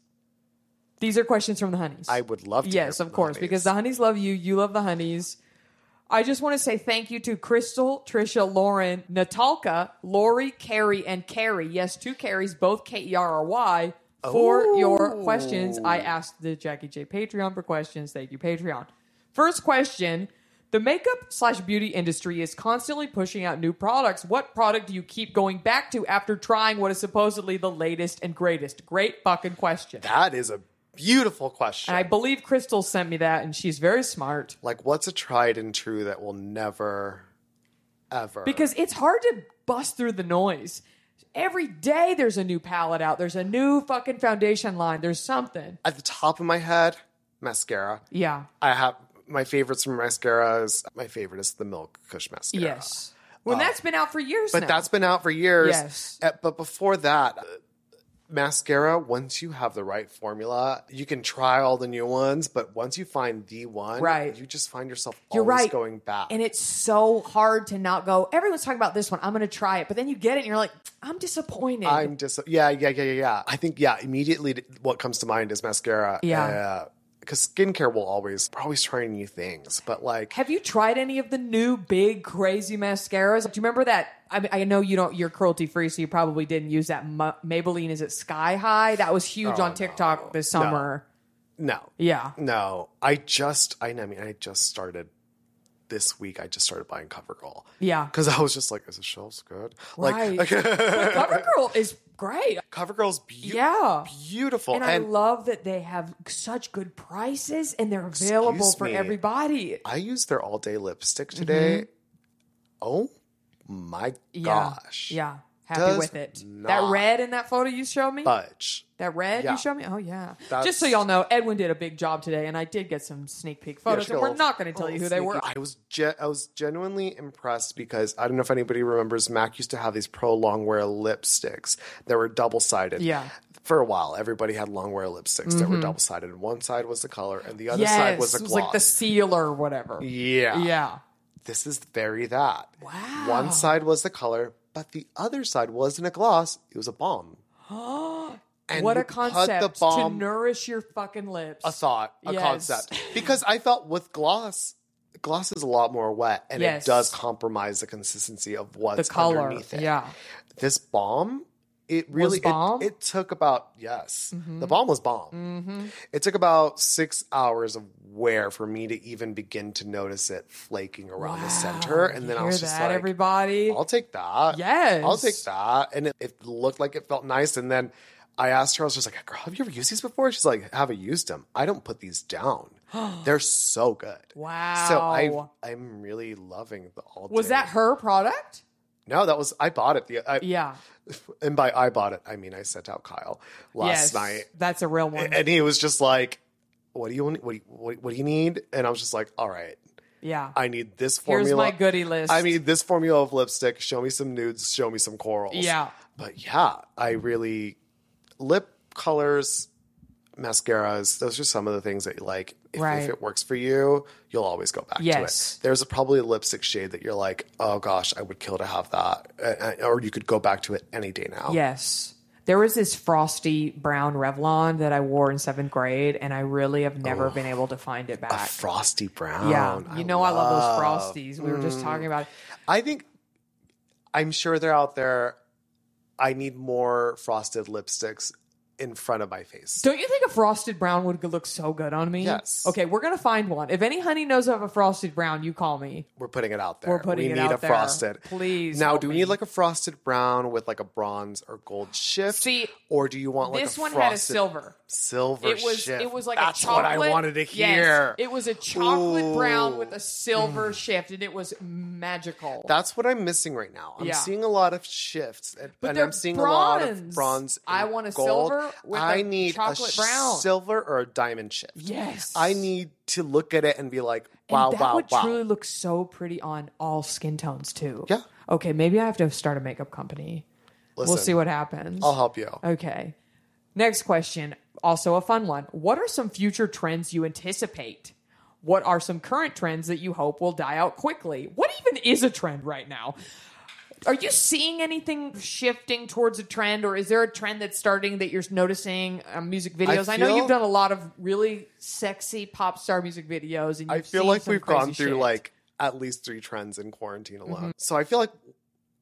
A: These are questions from the honeys.
B: I would love to. hear
A: Yes,
B: from
A: of course,
B: honeys.
A: because the honeys love you. You love the honeys. I just want to say thank you to Crystal, Trisha, Lauren, Natalka, Lori, Carrie, and Carrie. Yes, two Carries, both K E R R Y, for your questions. I asked the Jackie J Patreon for questions. Thank you, Patreon. First question The makeup slash beauty industry is constantly pushing out new products. What product do you keep going back to after trying what is supposedly the latest and greatest? Great fucking question.
B: that is a beautiful question.
A: And I believe Crystal sent me that, and she's very smart
B: like what's a tried and true that will never ever
A: because it's hard to bust through the noise. Every day there's a new palette out, there's a new fucking foundation line, there's something.
B: at the top of my head mascara
A: Yeah.
B: i have my favorites from mascaras my favorite is the milk kush mascara
A: Yes. Well, that's been out for years
B: Uh, but
A: now.
B: that's been out for years
A: Yes.
B: Uh, but before that uh, mascara once you have the right formula you can try all the new ones but once you find the one
A: Right.
B: you just find yourself
A: You're
B: always
A: right.
B: going back
A: And it's so hard to not go, everyone's talking about this one, I'm going to try it. But then you get it and you're like, I'm disappointed.
B: I'm just yeah yeah yeah yeah yeah. I think yeah immediately what comes to mind is mascara.
A: Yeah.
B: because skincare will always we're always trying new things, but like
A: Have you tried any of the new big crazy mascaras? Do you remember that? I, mean, I know you don't. You're cruelty free, so you probably didn't use that. Ma- Maybelline is it Sky High? That was
B: Oh,
A: huge on TikTok this summer.
B: no
A: Yeah.
B: no. I just I, I mean I just started this week. I just started buying CoverGirl.
A: Yeah.
B: because I was just like, is the shelves good?
A: Right. But
B: Like,
A: CoverGirl is great.
B: CoverGirl's beautiful.
A: Yeah.
B: Beautiful,
A: And,
B: and,
A: I love that they have such good prices and they're available
B: Excuse
A: for
B: me.
A: everybody.
B: I used their all day lipstick today. Oh my
A: Mm-hmm. Yeah.
B: gosh!
A: Yeah. Happy
B: Does
A: with it. That
B: not
A: red in that photo you showed me?
B: Budge.
A: That red
B: Yeah.
A: you showed me? Oh, yeah.
B: That's-
A: Just so y'all know, Edwin did a big job today, and I did get some sneak peek
B: Yeah,
A: photos,
B: she got
A: and
B: a
A: we're
B: little-
A: not going to tell
B: a
A: you who
B: little
A: they were.
B: Oh, sneaky. I was ge- I was genuinely impressed because I don't know if anybody remembers Mac used to have these pro long wear lipsticks that were double sided.
A: Yeah. Mm-hmm.
B: For a while, everybody had long wear lipsticks that were double sided. One side was the color, and the other side was a
A: it
B: gloss.
A: was like the seal or whatever.
B: yeah.
A: Yeah.
B: This is very that. Wow. One side was the color, but the other side wasn't a gloss. It was a balm. and
A: what
B: you
A: a
B: put the
A: concept to
B: balm-
A: nourish your fucking lips.
B: a thought, a
A: Yes.
B: concept. Because I felt with gloss, gloss is a lot more wet and
A: Yes.
B: it does compromise the consistency of
A: the
B: what's
A: color.
B: underneath it.
A: Yeah.
B: This balm, it really it-
A: balm? Mm-hmm.
B: It, took about yes. The balm was balm. It took about six hours of wear for me to even begin to notice it flaking around the center. And then I
A: Hear
B: was just
A: that,
B: like
A: everybody?
B: I'll take that.
A: Yes.
B: I'll take that. And it, it looked like it felt nice. And then I asked her, I was just like, girl, have you ever used these before? She's like, haven't used them. I don't put these down. They're so good. So I
A: Wow.
B: I'm really loving the all.
A: Was
B: day.
A: that her product?
B: No, that was I bought it. The I,
A: Yeah.
B: and by I bought it, I mean I sent out Kyle
A: yes,
B: last night,
A: That's a real one.
B: and he was just like, "What do you want? What do you, what, what do you need?" And I was just like, "All right,
A: yeah.
B: I need this formula.
A: Here's my goodie list.
B: I need this formula of lipstick. Show me some nudes. Show me some corals.
A: Yeah.
B: but yeah, I really lip colors." Mascaras, those are some of the things that you like. If,
A: Right.
B: if it works for you, you'll always go back
A: Yes.
B: to it. There's probably a lipstick shade that you're like, oh gosh, I would kill to have that. Uh, uh, Or you could go back to it any day now.
A: Yes. There was this frosty brown Revlon that I wore in seventh grade, and I really have never been able to find it
B: A
A: back.
B: frosty brown.
A: yeah. You know, I love, those frosties. We were just talking
B: Mm.
A: about it.
B: I think I'm sure they're out there. I need more frosted lipsticks in front of my face.
A: Don't you think a frosted brown would look so good on me?
B: Yes.
A: Okay, we're gonna find one. If any honey knows of a frosted brown, you call me.
B: We're putting it out there.
A: We're putting
B: we
A: it
B: need
A: out
B: a
A: there.
B: frosted.
A: Please
B: Now,
A: help
B: do we
A: me.
B: need like a frosted brown with like a bronze or gold shift?
A: See,
B: or do you want like
A: this
B: a
A: one had a
B: frosted
A: silver.
B: silver
A: It was
B: shift?
A: it was like
B: That's
A: a chocolate.
B: what I wanted to
A: yes,
B: hear.
A: it was a chocolate brown with
B: Ooh. Mm.
A: a silver shift, and it was magical.
B: That's what I'm missing right now. I'm
A: Yeah.
B: seeing a lot of shifts, and,
A: But
B: and
A: they're
B: I'm seeing a lot of
A: bronze.
B: bronze.
A: I
B: and
A: want a
B: gold.
A: silver with
B: I
A: a
B: need
A: chocolate
B: a sh-
A: brown.
B: silver or a diamond shift.
A: yes,
B: I need to look at it and be like,
A: And
B: wow,
A: that
B: wow,
A: would
B: wow.
A: truly look so pretty on all skin tones too.
B: Yeah.
A: Okay, maybe I have to start a makeup company. we'll
B: Listen,
A: see what happens.
B: I'll help you.
A: Okay. Next question, also a fun one. What are some future trends you anticipate? What are some current trends that you hope will die out quickly? What even is a trend right now? Are you seeing anything shifting towards a trend, or is there a trend that's starting that you're noticing? Um, music videos. I, know
B: feel-
A: you've done a lot of really sexy pop star music videos, and
B: I
A: you've
B: feel
A: seen
B: like
A: some
B: we've
A: crazy
B: gone through
A: shit. Mm-hmm.
B: like at least three trends in quarantine alone. So I feel like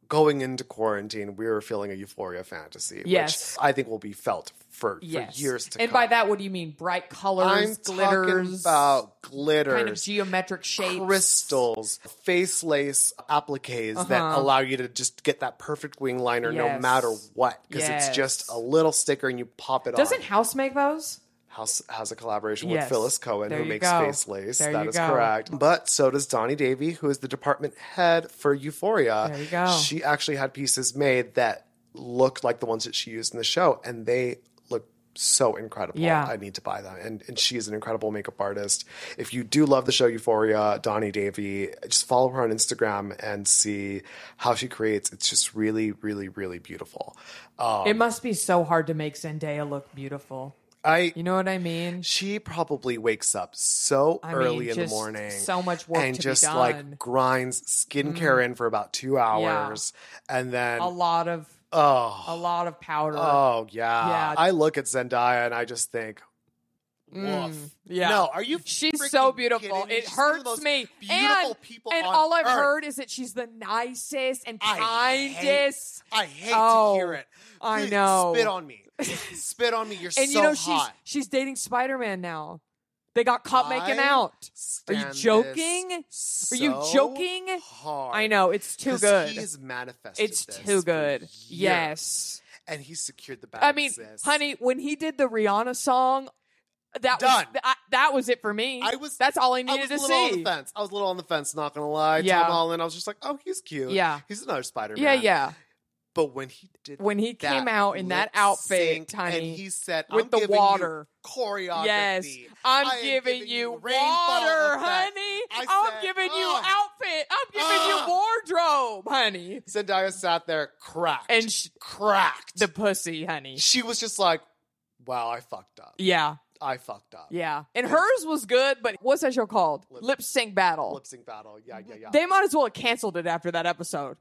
B: going into quarantine, we were feeling a euphoria fantasy,
A: Yes.
B: which I think will be felt for, for years to
A: and
B: come.
A: by that, what do you mean? Bright colors,
B: I'm
A: glitters,
B: talking about glitters.
A: kind of geometric shapes,
B: crystals, face lace appliques that allow you to just get that perfect wing liner no
A: Uh-huh. Yes.
B: matter what. Because
A: Yes.
B: it's just a little sticker and you pop it
A: Doesn't
B: on.
A: House make those?
B: House has a collaboration
A: Yes.
B: with Phyllis Cohen,
A: There
B: who
A: you
B: makes
A: go.
B: Face Lace.
A: There
B: that
A: you
B: is
A: go.
B: correct. But so does Donnie Davy, who is the department head for Euphoria.
A: There you go.
B: She actually had pieces made that looked like the ones that she used in the show, and they look so incredible.
A: Yeah.
B: I need to buy them. And, and she is an incredible makeup artist. If you do love the show Euphoria, Donnie Davy, just follow her on Instagram and see how she creates. It's just really, really, really beautiful. Um,
A: It must be so hard to make Zendaya look beautiful.
B: I
A: You know what I mean?
B: she probably wakes up so
A: I mean,
B: early in the
A: just
B: morning,
A: so much work
B: and
A: to be
B: just
A: done. Mm.
B: like grinds skincare in for about two hours, and then
A: A lot of
B: oh,
A: a lot of powder.
B: oh yeah.
A: Yeah.
B: I look at Zendaya and I just think, woof.
A: Mm, yeah.
B: No, are you?
A: She's
B: freaking
A: so
B: kidding
A: beautiful.
B: me?
A: It
B: She's one of the
A: hurts
B: most
A: me.
B: Beautiful
A: and,
B: people,
A: and
B: on
A: all I've
B: Earth.
A: heard is that she's the nicest and
B: I hate-
A: kindest.
B: I hate
A: Oh,
B: to hear it.
A: I
B: Please,
A: know.
B: Spit on me. spit on me. You're
A: and
B: so
A: you know
B: hot.
A: she's she's dating Spider Man now. They got caught making
B: I
A: out. Are you
B: stand this
A: joking? Are you
B: so
A: joking?
B: hard.
A: I know it's too
B: 'Cause
A: good.
B: He's manifested.
A: It's
B: this
A: too
B: for
A: good.
B: years.
A: Yes.
B: and he secured the bag.
A: I mean,
B: sis.
A: honey, when he did the Rihanna song, that
B: Done.
A: was I, that was it for me.
B: I was.
A: that's all I needed
B: was
A: to
B: a little On
A: see.
B: the fence. I was a little on the fence. Not gonna lie.
A: Yeah.
B: Tom Holland. I was just like, oh, he's cute.
A: Yeah.
B: he's another Spider Man.
A: Yeah, yeah.
B: But when he did,
A: When he
B: that
A: came out in that
B: lip
A: outfit,
B: sync
A: honey,
B: and he said,
A: with
B: I'm
A: the
B: giving you
A: water.
B: choreography.
A: Yes,
B: I
A: I'm
B: am
A: giving you water,
B: rainfall effect."
A: honey.
B: I
A: I'm
B: said,
A: giving you
B: "Ugh."
A: outfit. I'm giving you
B: Ugh.
A: wardrobe, honey.
B: Zendaya sat there, cracked
A: And sh-
B: cracked.
A: The pussy, honey.
B: she was just like, "Wow, I fucked up.
A: Yeah,
B: I fucked up."
A: yeah. And hers was good, but what's that show called? Lip,
B: Lip-
A: sync battle.
B: Lip sync battle. Yeah, yeah, yeah.
A: They might as well have canceled it after that episode.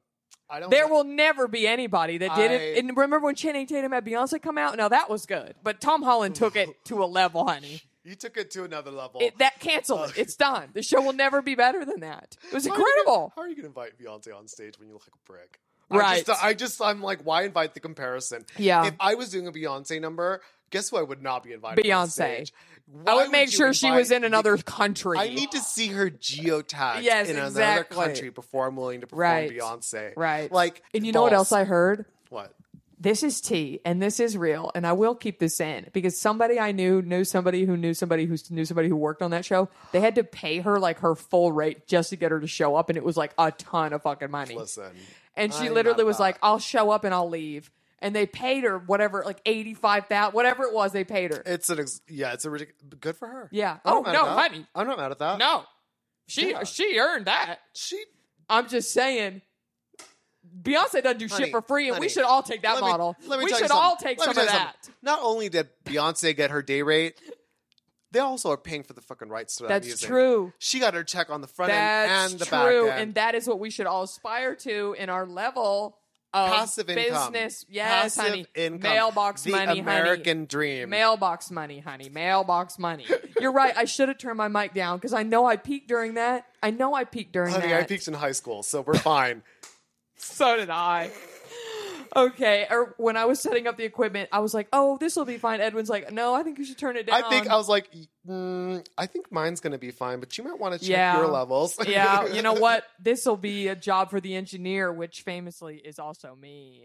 B: I don't.
A: There
B: know-
A: will never be anybody that did it.
B: I-
A: And remember when Channing Tatum had Beyonce come out? Now that was good, but Tom Holland took it to a level, honey.
B: You took it to another level.
A: It, that cancel it. It's done. The show will never be better than that. It was incredible.
B: How are you going to invite Beyonce on stage when you look like a brick?
A: Right.
B: I just, I just, I'm like, why invite the comparison?
A: Yeah.
B: If I was doing a Beyonce number, guess who I would not be invited?
A: Beyonce.
B: On stage?
A: I
B: Why
A: would make
B: you
A: sure she
B: invite-
A: was in another country.
B: I need to see her geotagged
A: Yes,
B: in another
A: exactly.
B: country before I'm willing to perform
A: Right.
B: Beyonce.
A: right,
B: Like,
A: and you know what else
B: balls.
A: I heard?
B: What?
A: this is tea and this is real and I will keep this in because somebody I knew knew somebody who knew somebody who knew somebody who worked on that show. They had to pay her like her full rate just to get her to show up and it was like a ton of fucking money.
B: Listen,
A: and she
B: I'm
A: literally
B: not
A: was
B: that.
A: like, "I'll show up and I'll leave." And they paid her whatever, like eighty five thousand, whatever it was. They paid her.
B: It's an ex- yeah, it's a ridiculous. Good for her.
A: Yeah.
B: I'm
A: Oh,
B: not mad
A: no,
B: at that.
A: honey.
B: I'm not mad at that.
A: no, she
B: Yeah.
A: she earned that.
B: she.
A: I'm just saying. Beyonce doesn't do
B: honey,
A: shit for free, and
B: honey,
A: we should all take that
B: let me-
A: model.
B: let me
A: we
B: tell you
A: should all
B: something.
A: take
B: Let me
A: some
B: tell
A: of
B: you something.
A: that.
B: Not only did Beyonce get her day rate, they also are paying for the fucking rights to that
A: That's
B: music.
A: true.
B: She got her check on the front
A: That's
B: end and the back
A: true,
B: end.
A: and that is what we should all aspire to in our level of
B: passive income.
A: business. Yes,
B: passive
A: honey.
B: Income.
A: Mailbox
B: the
A: money,
B: American
A: honey.
B: dream.
A: Mailbox money, honey. Mailbox money. You're right. I should have turned my mic down because I know I peaked during that. I know I peaked during
B: Honey,
A: that.
B: I peaked in high school, so we're fine.
A: So did I. Okay. Or when I was setting up the equipment, I was like, "Oh, this will be fine." Edwin's like, "No, I think you should turn it down."
B: I think I was like, mm, I think mine's gonna be fine, but you might want to check
A: Yeah.
B: your levels.
A: yeah, you know what? This will be a job for the engineer, which famously is also me.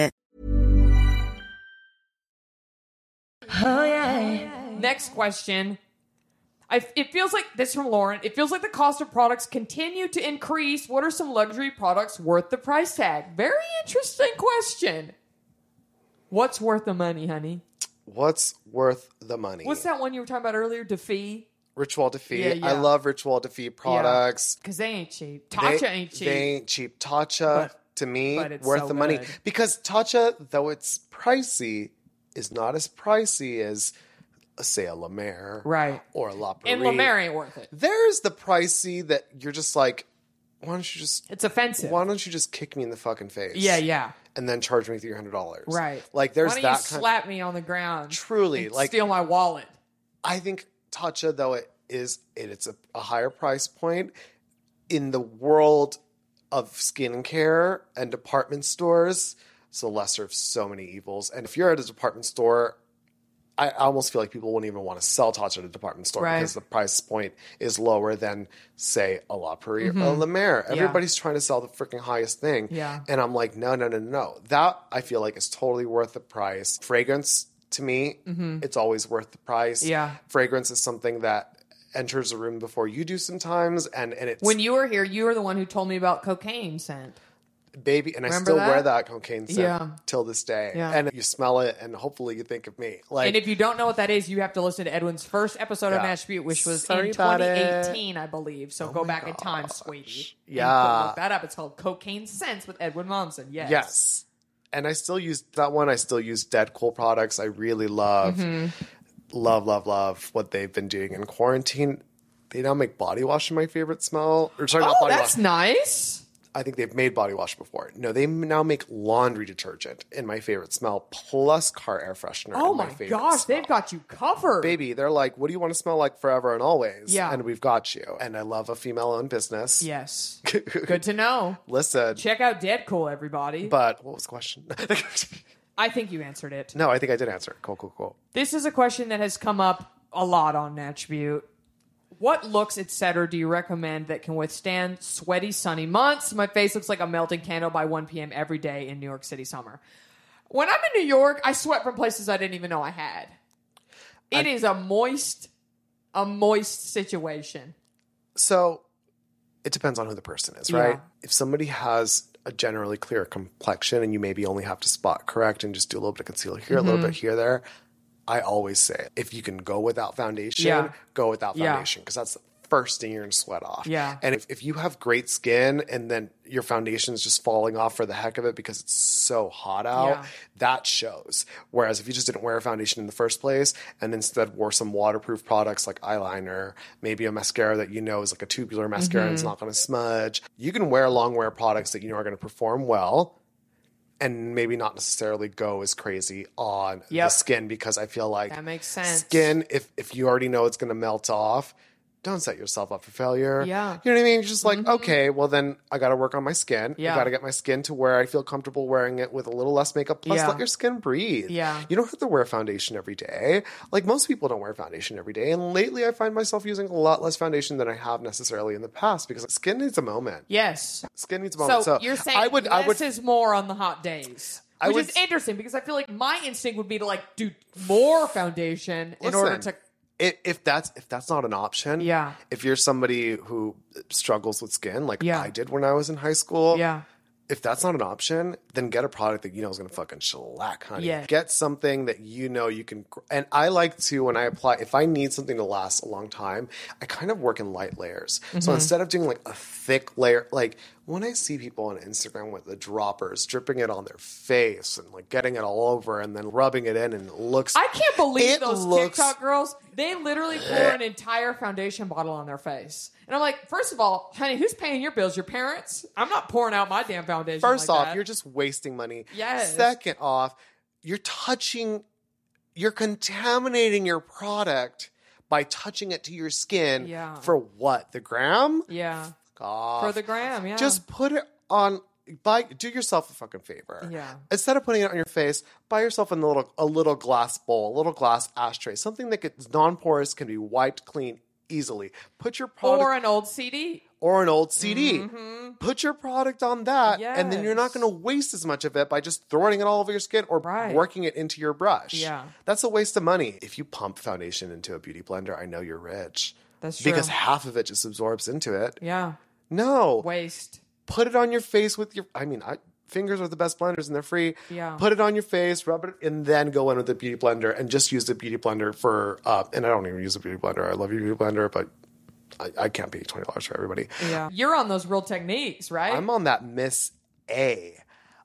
A: Next question. I, it feels like this from Lauren. It feels like the cost of products continue to increase. What are some luxury products worth the price tag? Very interesting question. What's worth the money, honey?
B: What's worth the money?
A: What's that one you were talking about earlier? Defee?
B: Ritual Defeat.
A: Yeah, yeah.
B: I love Ritual Defeat products.
A: Because they ain't cheap. Tatcha
B: they,
A: ain't cheap.
B: They ain't cheap. Tatcha to me
A: but it's
B: worth
A: so
B: the money
A: good.
B: because Tatcha, though it's pricey, is not as pricey as say a La Mer,
A: Right.
B: or a La Prairie.
A: and La Mer ain't worth it.
B: There's the pricey that you're just like, why don't you just
A: It's offensive.
B: why don't you just kick me in the fucking face?
A: yeah, yeah.
B: And then charge me three hundred dollars.
A: Right.
B: Like there's
A: Why don't
B: that
A: you
B: kind
A: slap me on the ground?
B: Truly,
A: and
B: like-
A: steal my wallet.
B: I think Tatcha, though it is it, it's a, a higher price point in the world of skincare and department stores. It's the lesser of so many evils. And if you're at a department store, I I almost feel like people wouldn't even want to sell Tatcha at a department store
A: Right.
B: because the price point is lower than, say, a La Prairie or a La Mer. Everybody's trying to sell the freaking highest thing.
A: Mm-hmm. Yeah.
B: And I'm like, no, no, no, no. That I feel like is totally worth the price. Fragrance to me,
A: Mm-hmm.
B: it's always worth the price.
A: Yeah.
B: Fragrance is something that enters a room before you do sometimes and and it's
A: When you were here, you were the one who told me about cocaine scent.
B: baby and I
A: Remember
B: still
A: that?
B: wear that cocaine scent
A: Yeah.
B: till this day.
A: Yeah.
B: And you smell it and hopefully you think of me. Like
A: and if you don't know what that is, you have to listen to Edwin's first episode of
B: Yeah.
A: Attribute, which was
B: Sorry
A: in
B: about it.
A: 2018, I believe. So go back in time, sweetie. And
B: Yeah.
A: go look that up. It's called Cocaine Sense with Edwin Momsen. Yes.
B: Yes. And I still use that one. I still use Dead Cool products. I really love,
A: Mm-hmm.
B: love, love, love what they've been doing in quarantine. They now make body wash my favorite smell. Or sorry,
A: Oh,
B: not body
A: that's
B: wash.
A: nice.
B: I think they've made body wash before. No, they now make laundry detergent in my favorite smell, plus car air freshener.
A: Oh
B: in
A: my,
B: favorite
A: gosh,
B: smell.
A: they've got you covered.
B: baby. They're like, what do you want to smell like forever and always?
A: Yeah.
B: and we've got you. And I love a female-owned business.
A: Yes. Good to know.
B: listen.
A: Check out Dead Cool, everybody.
B: But what was the question?
A: I think you answered it.
B: no, I think I did answer. Cool, cool, cool.
A: This is a question that has come up a lot on Attribute. What looks, et cetera, do you recommend that can withstand sweaty, sunny months? My face looks like a melting candle by 1 p.m. every day in New York City summer. When I'm in New York, I sweat from places I didn't even know I had. It is a moist, a moist situation.
B: So it depends on who the person is,
A: Yeah.
B: right? If somebody has a generally clear complexion and you maybe only have to spot correct and just do a little bit of concealer here, a
A: Mm-hmm.
B: little bit here, there, I always say if you can go without foundation,
A: Yeah.
B: go without
A: Yeah.
B: foundation because that's the first and you're gonna sweat off.
A: Yeah.
B: And if, if you have great skin and then your foundation is just falling off for the heck of it because it's so hot out,
A: Yeah.
B: that shows. Whereas if you just didn't wear a foundation in the first place and instead wore some waterproof products like eyeliner, maybe a mascara that you know is like a tubular mascara
A: Mm-hmm.
B: and it's not gonna smudge, you can wear long wear products that you know are gonna perform well and maybe not necessarily go as crazy on the
A: Yep.
B: skin because I feel like
A: That makes sense.
B: Skin, if if you already know it's going to melt off, don't set yourself up for failure.
A: Yeah.
B: you know what I mean. You're just like, okay, well then I got to work on my skin.
A: Mm-hmm. Yeah.
B: I got to get my skin to where I feel comfortable wearing it with a little less makeup. Plus,
A: Yeah.
B: let your skin breathe.
A: Yeah.
B: you don't have to wear foundation every day. Like most people don't wear foundation every day. And lately, I find myself using a lot less foundation than I have necessarily in the past because skin needs a moment.
A: Yes.
B: Skin needs a
A: So,
B: moment.
A: you're saying
B: I would,
A: less
B: I would,
A: is more on the hot days,
B: I
A: which
B: would-
A: is interesting because I feel like my instinct would be to like do more foundation in order
B: Listen,
A: to.
B: i- if that's if that's not an option
A: Yeah.
B: if you're somebody who struggles with skin like
A: Yeah.
B: i did when i was in high school
A: Yeah.
B: if that's not an option then get a product that you know is going to fucking shellac honey
A: Yeah.
B: get something that you know you can gr- and i like to when i apply if i need something to last a long time i kind of work in light layers
A: Mm-hmm.
B: so instead of doing like a thick layer like when i see people on instagram with the droppers dripping it on their face and like getting it all over and then rubbing it in and it looks
A: I can't believe
B: It
A: those
B: looks-
A: TikTok girls. They literally pour an entire foundation bottle on their face. And I'm like, first of all, honey, who's paying your bills? Your parents? I'm not pouring out my damn foundation.
B: First
A: like
B: off,
A: that.
B: you're just wasting money.
A: Yes.
B: Second off, you're touching, you're contaminating your product by touching it to your skin.
A: Yeah.
B: For what? The gram?
A: Yeah.
B: Fuck off.
A: For the gram, yeah.
B: Just put it on. Buy, do yourself a fucking favor.
A: Yeah.
B: Instead of putting it on your face, buy yourself a little a little glass bowl, a little glass ashtray, something that gets non-porous, can be wiped clean easily. Put your product
A: Or an old CD.
B: or an old CD. Put your product on that, and then you're not
A: Mm-hmm. Yes.
B: going to waste as much of it by just throwing it all over your skin or
A: Right.
B: working it into your brush.
A: Yeah.
B: That's a waste of money. If you pump foundation into a beauty blender, I know you're rich.
A: That's
B: Because
A: true.
B: half of it just absorbs into it.
A: Yeah.
B: No.
A: Waste.
B: Put it on your face with your, I mean, I, fingers are the best blenders and they're free.
A: Yeah.
B: Put it on your face, rub it, and then go in with the beauty blender and just use the beauty blender for, uh, and I don't even use a beauty blender. I love your beauty blender, but I, I can't pay $20 for everybody.
A: Yeah. You're on those real techniques, right?
B: I'm on that Miss A,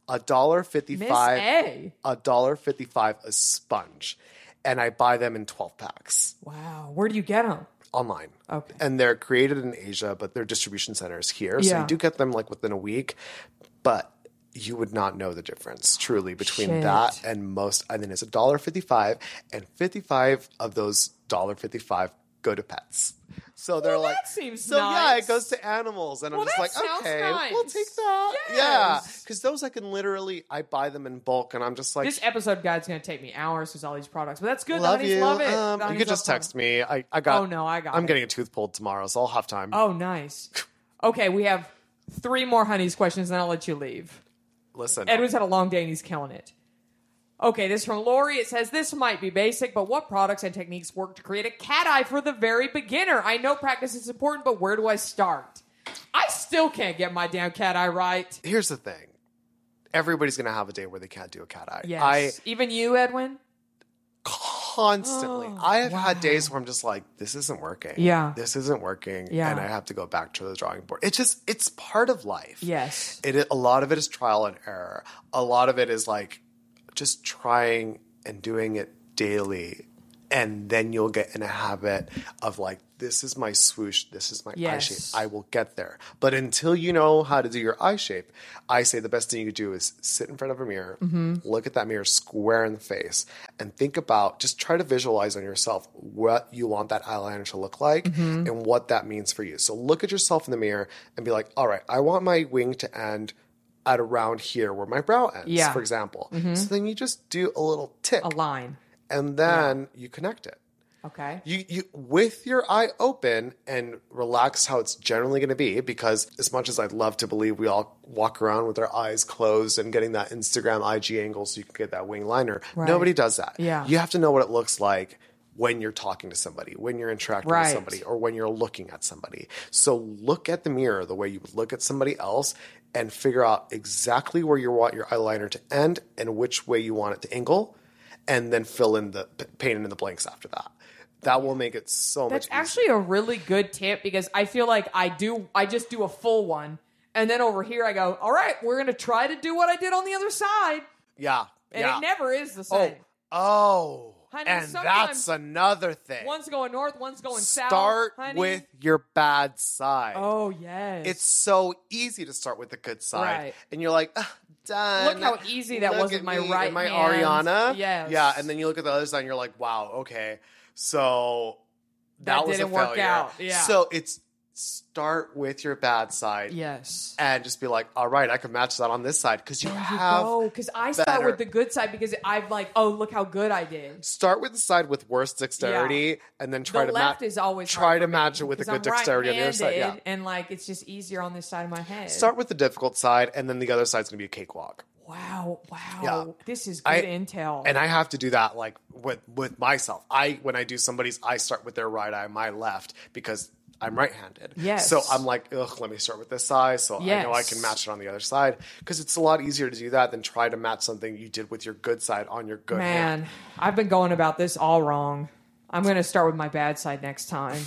B: a dollar fifty
A: Miss
B: five,
A: A.
B: a dollar fifty five a sponge, and I buy them in twelve packs
A: Wow. Where do you get them?
B: online.
A: Okay.
B: and they're created in Asia, but their distribution center is here, so
A: Yeah.
B: you do get them like within a week, but. You would not know the difference truly between
A: Shit.
B: that and most. I mean, it's a dollar fifty-five, and fifty-five of those dollar fifty-five go to pets. So they're like,
A: that seems
B: so yeah,
A: nice.
B: it goes to animals, and
A: Well,
B: I'm just
A: that
B: like,
A: sounds
B: okay, we'll
A: nice.
B: take that. Yeah,
A: Yes.
B: because those I can literally, I buy them in bulk, and I'm just like,
A: This episode guide's going to take me hours because all these products, but that's good.
B: love
A: Donnie's
B: you.
A: love it.
B: Um, you
A: Donnie's
B: could just
A: love it.
B: text me. I, I got.
A: Oh, no, I got
B: I'm
A: it.
B: getting a tooth pulled tomorrow, so I'll have time.
A: Oh, nice. Okay, we have three more honeys questions, and I'll let you leave.
B: Listen,
A: Edwin's had a long day and he's killing it. Okay, this from Lori. It says this might be basic, but what products and techniques work to create a cat eye for the very beginner? I know practice is important, but where do I start? I still can't get my damn cat eye right.
B: here's the thing. Everybody's gonna have a day where they can't do a cat eye.
A: Yes,
B: I
A: even you, Edwin.
B: constantly. I have had days where I'm just like, this isn't working.
A: Yeah.
B: This isn't working.
A: Yeah.
B: And I have to go back to the drawing board. It's just, it's part of life.
A: Yes.
B: It, a lot of it is trial and error. A lot of it is like just trying and doing it daily. And then you'll get in a habit of like, this is my swoosh. This is my eye
A: Yes.
B: shape. I will get there. But until you know how to do your eye shape, I say the best thing you could do is sit in front of a mirror,
A: Mm-hmm.
B: look at that mirror square in the face, and think about just try to visualize on yourself what you want that eyeliner to look like
A: Mm-hmm.
B: and what that means for you. So look at yourself in the mirror and be like, all right, I want my wing to end. At around here where my brow ends,
A: Yeah. Mm-hmm.
B: for example. So then you just do a little tick
A: A line.
B: and then you connect it
A: Okay.
B: you you with your eye open and relaxed how it's generally going to be because as much as I'd love to believe we all walk around with our eyes closed and getting that Instagram IG angle so you can get that wing liner nobody does that
A: Yeah.
B: you have to know what it looks like when you're talking to somebody when you're interacting
A: Right.
B: with somebody or when you're looking at somebody so look at the mirror the way you would look at somebody else and figure out exactly where you want your eyeliner to end and which way you want it to angle and then fill in the p- paint in the blanks after that That will make it so
A: That's
B: much easier.
A: actually a really good tip because I feel like I do I just do a full one and then over here I go, "All right, we're going to try to do what I did on the other side."
B: yeah.
A: And
B: yeah.
A: it never is the
B: Oh,
A: same.
B: oh.
A: Honey,
B: and
A: sometimes-
B: that's another thing.
A: One's going north, one's going south.
B: start
A: honey.
B: with your bad side.
A: Oh, yes.
B: It's so easy to start with the good side,
A: Right.
B: and you're like, "Ugh, done.
A: Look how easy that
B: Look
A: was with
B: at
A: my
B: me and
A: right
B: my
A: hand.
B: Ariana.
A: Yes.
B: yeah, and then you look at the other side, and you're like, wow, okay, so that,
A: That
B: was
A: didn't
B: a
A: work
B: failure.
A: out, yeah.
B: So it's start with your bad side,
A: yes.
B: and just be like, all right, I can match that on this side because you have
A: Oh, because I start
B: better-
A: with the good side because I'm like, oh, look how good I did.
B: start with the side with worse dexterity, and then try
A: the
B: to
A: left
B: match.
A: is always
B: try
A: hard
B: to
A: for
B: match
A: me,
B: it with a
A: 'cause
B: good
A: I'm
B: dexterity on the other side. Yeah.
A: right-handed, and like it's just easier on this side of my head.
B: Start with the difficult side, and then the other side's gonna be a cakewalk.
A: Wow, wow,
B: Yeah.
A: Oh, this is good
B: I-
A: intel.
B: and I have to do that like with with myself. I when I do somebody's, I start with their right eye, my left because I'm right-handed.
A: Yes.
B: So I'm like, ugh, let me start with this side, so I know I
A: Yes.
B: can match it on the other side because it's a lot easier to do that than try to match something you did with your good side on your good hand.
A: Man, I've been going about this all wrong. I'm going to start with my bad side next time.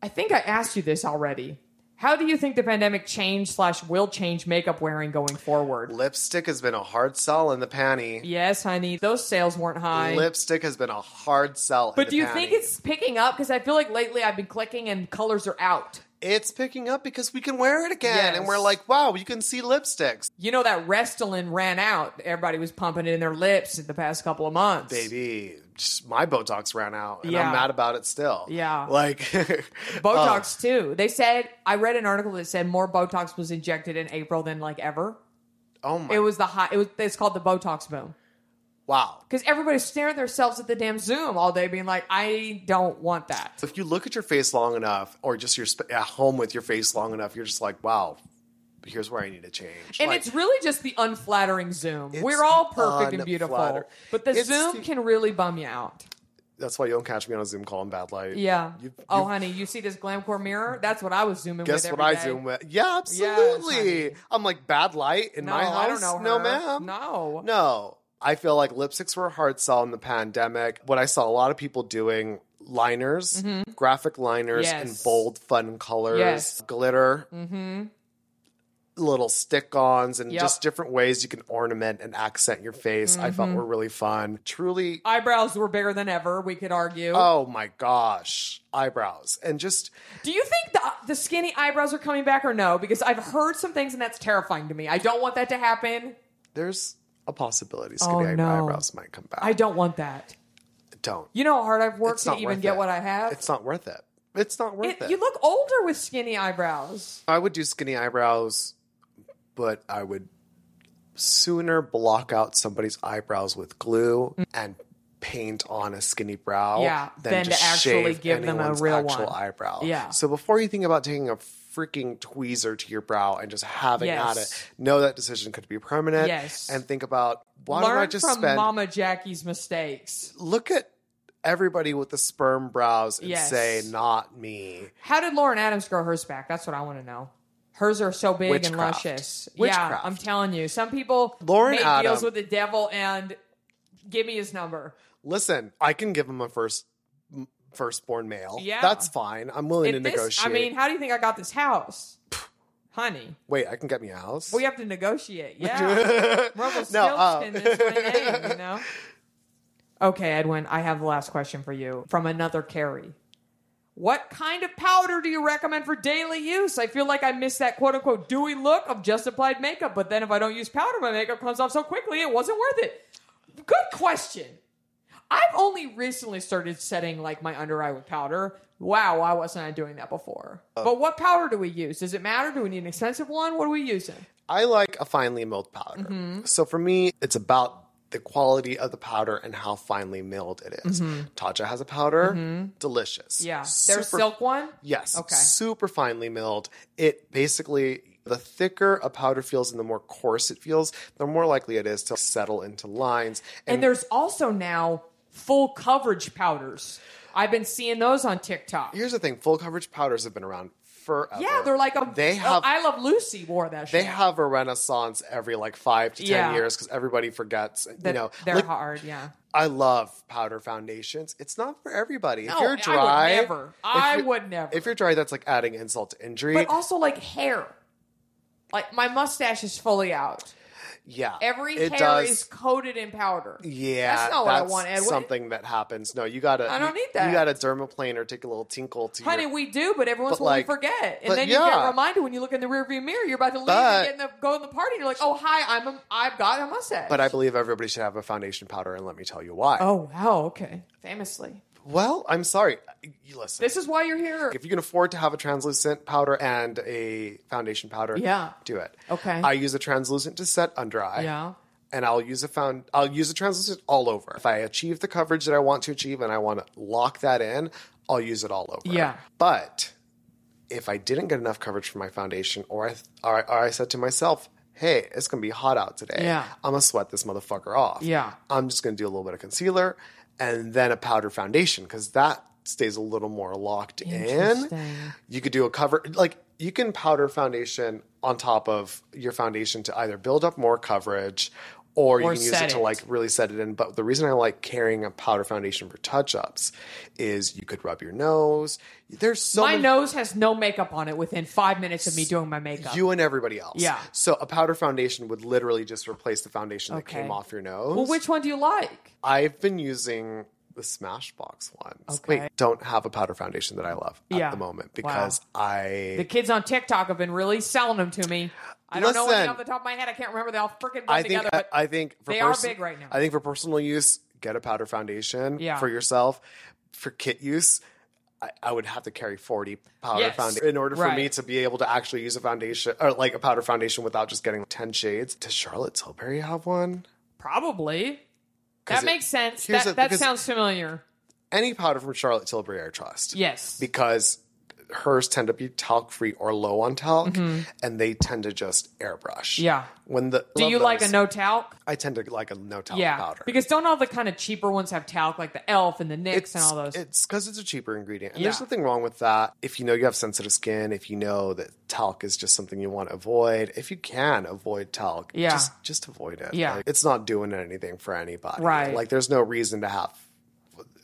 A: I think I asked you this already. How do you think the pandemic changed slash will change makeup wearing going forward?
B: Lipstick has been a hard sell in the panty.
A: Yes, honey, those sales weren't high.
B: Lipstick has been a hard sell. in
A: but
B: the
A: do you
B: panty.
A: think it's picking up? Because I feel like lately I've been clicking and colors are out.
B: it's picking up because we can wear it again, and
A: Yes.
B: we're like, wow, you can see lipsticks,
A: You know that Restylane ran out. Everybody was pumping it in their lips in the past couple of months.
B: baby. Just- My Botox ran out, and
A: Yeah.
B: I'm mad about it still.
A: Yeah.
B: like
A: Botox too. They said I read an article that said more Botox was injected in April than like ever.
B: Oh my!
A: It was the hot. It was. It's called the Botox boom
B: wow.
A: because everybody's staring themselves at the damn Zoom all day, being like, "I don't want that."
B: If you look at your face long enough, or just your sp- at home with your face long enough, you're just like, wow. Here's where I need to change.
A: And
B: Like,
A: it's really just the unflattering Zoom.
B: It's
A: We're all perfect and beautiful,
B: unflatter-
A: but the
B: It's
A: Zoom
B: the-
A: can really bum you out.
B: that's why you don't catch me on a Zoom call in bad light.
A: Yeah.
B: You,
A: oh,
B: you-
A: honey, you see this glamcore mirror? That's what I was zooming
B: guess
A: with.
B: what
A: every
B: I
A: day.
B: Zoom with? Yeah, absolutely.
A: honey.
B: I'm like bad light in
A: No,
B: my house.
A: I don't know.
B: No,
A: her.
B: ma'am.
A: No.
B: No, I feel like lipsticks were a hard sell in the pandemic. What I saw a lot of people doing liners, graphic liners
A: Mm-hmm. Yes.
B: in bold, fun colors,
A: Yes. Mm-hmm.
B: glitter, little stick ons, and
A: Yep.
B: just different ways you can ornament and accent your face. I felt
A: Mm-hmm.
B: were really fun. Truly,
A: Oh. Eyebrows were bigger than ever. We could argue.
B: oh my gosh, eyebrows. And just,
A: Do you think the, the skinny eyebrows are coming back or no? Because I've heard some things and that's terrifying to me. I don't want that to happen.
B: there's a possibility
A: Oh,
B: skinny
A: no.
B: eyebrows might come back.
A: I don't want that.
B: don't.
A: You know how hard I've worked
B: It's
A: to
B: not
A: even
B: worth
A: get
B: it.
A: what I have?
B: It's not worth it. It's not worth
A: It-
B: it.
A: You look older with skinny eyebrows.
B: I would do skinny eyebrows, but I would sooner block out somebody's eyebrows with glue and paint on a skinny brow
A: Yeah, than to actually
B: shave
A: give them a
B: anyone's
A: real
B: actual
A: one.
B: eyebrow.
A: Yeah.
B: So before you think about taking a freaking tweezer to your brow and just having at
A: Yes.
B: it, know that decision could be permanent.
A: Yes.
B: And think about why
A: Learn
B: don't I just
A: from
B: spend
A: Mama Jackie's mistakes.
B: look at everybody with the sperm brows and
A: Yes.
B: say, not me.
A: How did Lauren Adams grow hers back? That's what I want to know. Hers are so big and
B: Witchcraft.
A: luscious. Yeah,
B: Witchcraft.
A: I'm telling you. Some people
B: Lauren
A: make deals
B: Adams-
A: with the devil and give me his number.
B: listen, I can give him a first m- firstborn male.
A: Yeah.
B: that's fine. I'm willing to
A: If this-
B: negotiate.
A: I mean, how do you think I got this house? Honey,
B: wait, I can get me a house.
A: we have to negotiate. Yeah. Rumpelstiltskin
B: uh,
A: is my name, you know? Okay, Edwin, I have the last question for you from another Carrie. What kind of powder do you recommend for daily use? I feel like I miss that quote unquote dewy look of just applied makeup, but then if I don't use powder, my makeup comes off so quickly it wasn't worth it. Good question. I've only recently started setting like my under eye with powder. Wow, why wasn't I doing that before? but what powder do we use? Does it matter? Do we need an expensive one? What are we using?
B: I like a finely milled powder.
A: Mm-hmm.
B: So for me, it's about the quality of the powder and how finely milled it is. Tatcha has a powder, delicious.
A: Mm-hmm. Yeah,
B: Super-
A: there's silk one.
B: Yes.
A: Okay.
B: Super finely milled. It basically, the thicker a powder feels and the more coarse it feels, the more likely it is to settle into lines.
A: And there's also now full coverage powders. I've been seeing those on TikTok.
B: here's the thing full coverage powders have been around forever.
A: Yeah, they're like a. oh,
B: They have-
A: I Love Lucy wore that.
B: they
A: shit.
B: have a renaissance every like five to ten
A: Yeah.
B: years because everybody forgets.
A: That-
B: you know,
A: they're
B: like,
A: hard. Yeah.
B: I love powder foundations. It's not for everybody.
A: No,
B: if you're
A: I would
B: dry,
A: never.
B: if
A: I
B: you're-
A: would never.
B: If you're dry, that's like adding insult to injury.
A: But also like hair. Like my mustache is fully out.
B: yeah,
A: Every
B: it
A: hair
B: does.
A: is coated in powder.
B: yeah,
A: that's not what I want, Ed. What-
B: Something that happens. No, you gotta.
A: I don't
B: you-
A: need that.
B: You gotta dermaplane or take a little tinkle to
A: Honey,
B: your.
A: we do, but every once in
B: But,
A: a while
B: like-
A: we forget, and
B: but,
A: then you get
B: yeah.
A: reminded when you look in the rearview mirror. You're about to leave and
B: But-
A: get in the, go in the party. and You're like, oh hi, I'm a, I've got a mustache.
B: but I believe everybody should have a foundation powder, and let me tell you why.
A: oh wow, okay, famously,
B: Well, I'm sorry. You listen.
A: this is why you're here.
B: if you can afford to have a translucent powder and a foundation powder,
A: Yeah.
B: do it.
A: Okay.
B: I use a translucent to set under eye.
A: Yeah.
B: And I'll use a found I'll use a translucent all over. If I achieve the coverage that I want to achieve and I want to lock that in, I'll use it all over.
A: Yeah.
B: But if I didn't get enough coverage for my foundation, or I or I, or I said to myself, "Hey, it's gonna be hot out today.
A: Yeah.
B: I'm gonna sweat this motherfucker off.
A: Yeah.
B: I'm just gonna do a little bit of concealer and then a powder foundation because that stays a little more locked in. You could do a cover like you can powder foundation on top of your foundation to either build up more coverage. Or you
A: Or
B: can use
A: set
B: it to
A: it.
B: like really set it in. But the reason I like carrying a powder foundation for touch ups is you could rub your nose. There's so
A: my
B: many-
A: nose has no makeup on it within five minutes of me doing my makeup.
B: you and everybody else.
A: Yeah.
B: So a powder foundation would literally just replace the foundation
A: Okay.
B: that came off your nose.
A: well, which one do you like?
B: I've been using the Smashbox ones.
A: Okay.
B: Wait, don't have a powder foundation that I love
A: Yeah.
B: at the moment
A: Wow.
B: because I
A: The kids on TikTok have been really selling them to me. I don't know what
B: Listen.
A: off the top of my head. I can't remember. They all freaking
B: I
A: blend
B: think
A: together.
B: I,
A: but
B: I think for
A: they are
B: person-
A: big right now.
B: I think for personal use, get a powder foundation
A: Yeah.
B: for yourself. For kit use, I, I would have to carry forty powder
A: Yes.
B: foundation in order for me
A: Right.
B: to be able to actually use a foundation or like a powder foundation without just getting ten shades. Does Charlotte Tilbury have one?
A: Probably.
B: 'Cause
A: That
B: it-
A: makes sense.
B: here's
A: That,
B: the-
A: that
B: because-
A: sounds familiar.
B: Any powder from Charlotte Tilbury, I trust.
A: Yes.
B: because hers tend to be talc free or low on talc, and they tend to just airbrush.
A: Mm-hmm. Yeah.
B: When the
A: Do
B: love
A: you like a
B: those.
A: no talc?
B: I tend to like a no talc
A: Yeah.
B: powder
A: Because don't all the kind of cheaper ones have talc, like the Elf and the NYX
B: it's
A: and all those?
B: it's because it's a cheaper ingredient. And
A: Yeah.
B: there's nothing wrong with that. If you know you have sensitive skin, if you know that talc is just something you want to avoid, if you can avoid talc,
A: Yeah.
B: just just avoid it.
A: Yeah.
B: Like, it's not doing anything for anybody.
A: Right.
B: Like there's no reason to have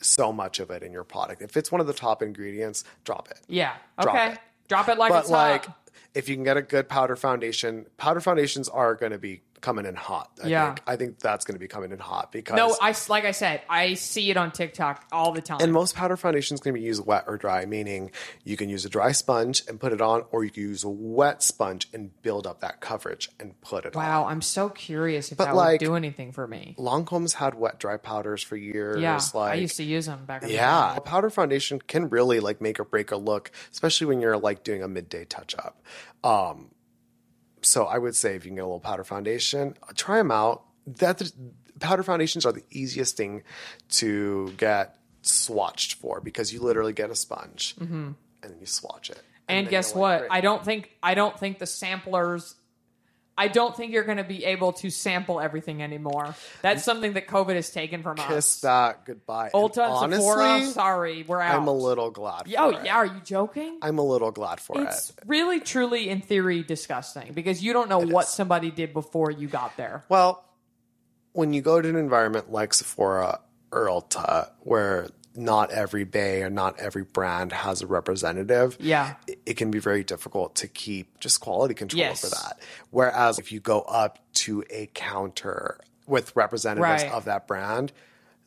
B: so much of it in your product. If it's one of the top ingredients, drop it.
A: yeah.
B: Drop
A: Okay.
B: it.
A: Drop it like
B: but
A: it's
B: like
A: hot.
B: if you can get a good powder foundation, powder foundations are going to be coming in hot. I
A: Yeah.
B: think. I think that's going to be coming in hot because
A: No, I s- like I said, I see it on TikTok all the time.
B: and most powder foundations can be used wet or dry, meaning you can use a dry sponge and put it on, or you can use a wet sponge and build up that coverage and put it on.
A: wow, I'm so curious if
B: But,
A: that
B: like-
A: would do anything for me.
B: Longcombs had wet dry powders for years.
A: Yeah,
B: like
A: I used to use them back in
B: Yeah,
A: the
B: a powder foundation can really like make or break a look, especially when you're like doing a midday touch up. Um, so I would say if you can get a little powder foundation, try them out. That powder foundations are the easiest thing to get swatched for because you literally get a sponge and then you swatch it.
A: Mm-hmm. And,
B: then
A: guess
B: you're like,
A: what?
B: "Great."
A: I don't think I don't think the samplers I don't think you're going to be able to sample everything anymore. That's something that COVID has taken from
B: kiss
A: us.
B: that goodbye. And
A: Ulta and Sephora, sorry, we're out.
B: I'm a little glad. For
A: Oh
B: it.
A: yeah, are you joking?
B: I'm a little glad for
A: it's
B: it.
A: really, truly, in theory, disgusting because you don't know what somebody did before you got there.
B: Well, when you go to an environment like Sephora or Ulta, where not every bay or not every brand has a representative,
A: Yeah.
B: it- it can be very difficult to keep just quality control
A: Yes.
B: over that. Whereas if you go up to a counter with representatives
A: Right.
B: of that brand,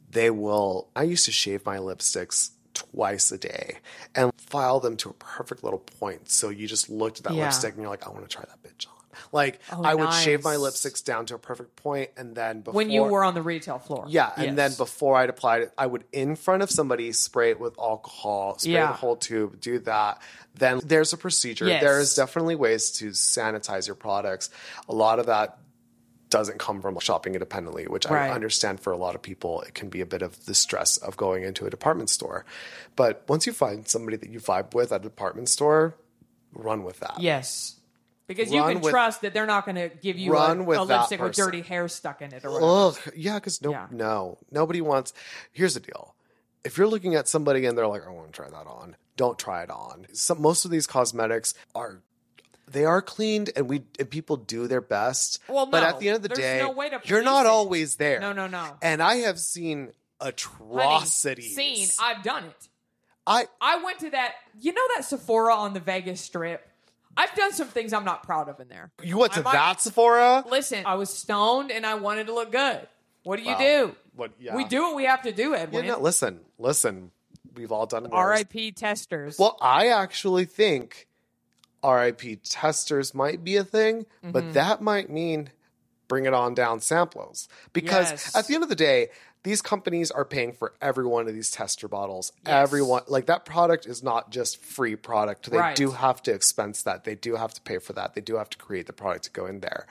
B: they will. I used to shave my lipsticks twice a day and file them to a perfect little point. So you just looked at that
A: Yeah. Oh,
B: lipstick and you're like, I want to try that bitch on. Like I would shave my
A: nice.
B: lipsticks down to a perfect point, and then before
A: When you were on the retail floor,
B: yeah, and then
A: Yes.
B: before I'd applied it, I would in front of somebody spray it with alcohol, spray
A: Yeah.
B: the whole tube, do that. Then there's a procedure.
A: Yes.
B: There's definitely ways to sanitize your products. A lot of that doesn't come from shopping independently, which
A: Right.
B: I understand for a lot of people, it can be a bit of the stress of going into a department store. But once you find somebody that you vibe with at a department store, run with that.
A: yes, because you
B: Run
A: can
B: with-
A: trust that they're not going to give you
B: Run
A: a,
B: with
A: a
B: that
A: lipstick with
B: person.
A: dirty hair stuck in it or whatever.
B: Ugh, yeah, because no,
A: Yeah.
B: no, nobody wants. Here's the deal: if you're looking at somebody and they're like, I want to try that on, don't try it on. Some, most of these cosmetics are they are cleaned and we and people do their best.
A: Well,
B: but
A: no.
B: at the end of the
A: There's
B: day,
A: no way to
B: you're
A: police
B: not
A: it.
B: always there.
A: No, no, no.
B: And I have seen
A: Honey,
B: atrocities.
A: Seen. I've done it.
B: I
A: I went to that. You know that Sephora on the Vegas Strip. I've done some things I'm not proud of in there.
B: you went to
A: I might-
B: that Sephora?
A: Listen, I was stoned and I wanted to look good. What do you
B: Wow.
A: do?
B: What- yeah.
A: We do what we have to do, Edwin.
B: You know, listen, listen. We've all done worse.
A: R.I.P. testers.
B: Well, I actually think RIP testers might be a thing,
A: Mm-hmm.
B: but that might mean bring it on down samples. Because
A: Yes.
B: at the end of the day, these companies are paying for every one of these tester bottles.
A: Yes.
B: Everyone, like that product is not just free product. They
A: Right.
B: do have to expense that. They do have to pay for that. They do have to create the product to go in there.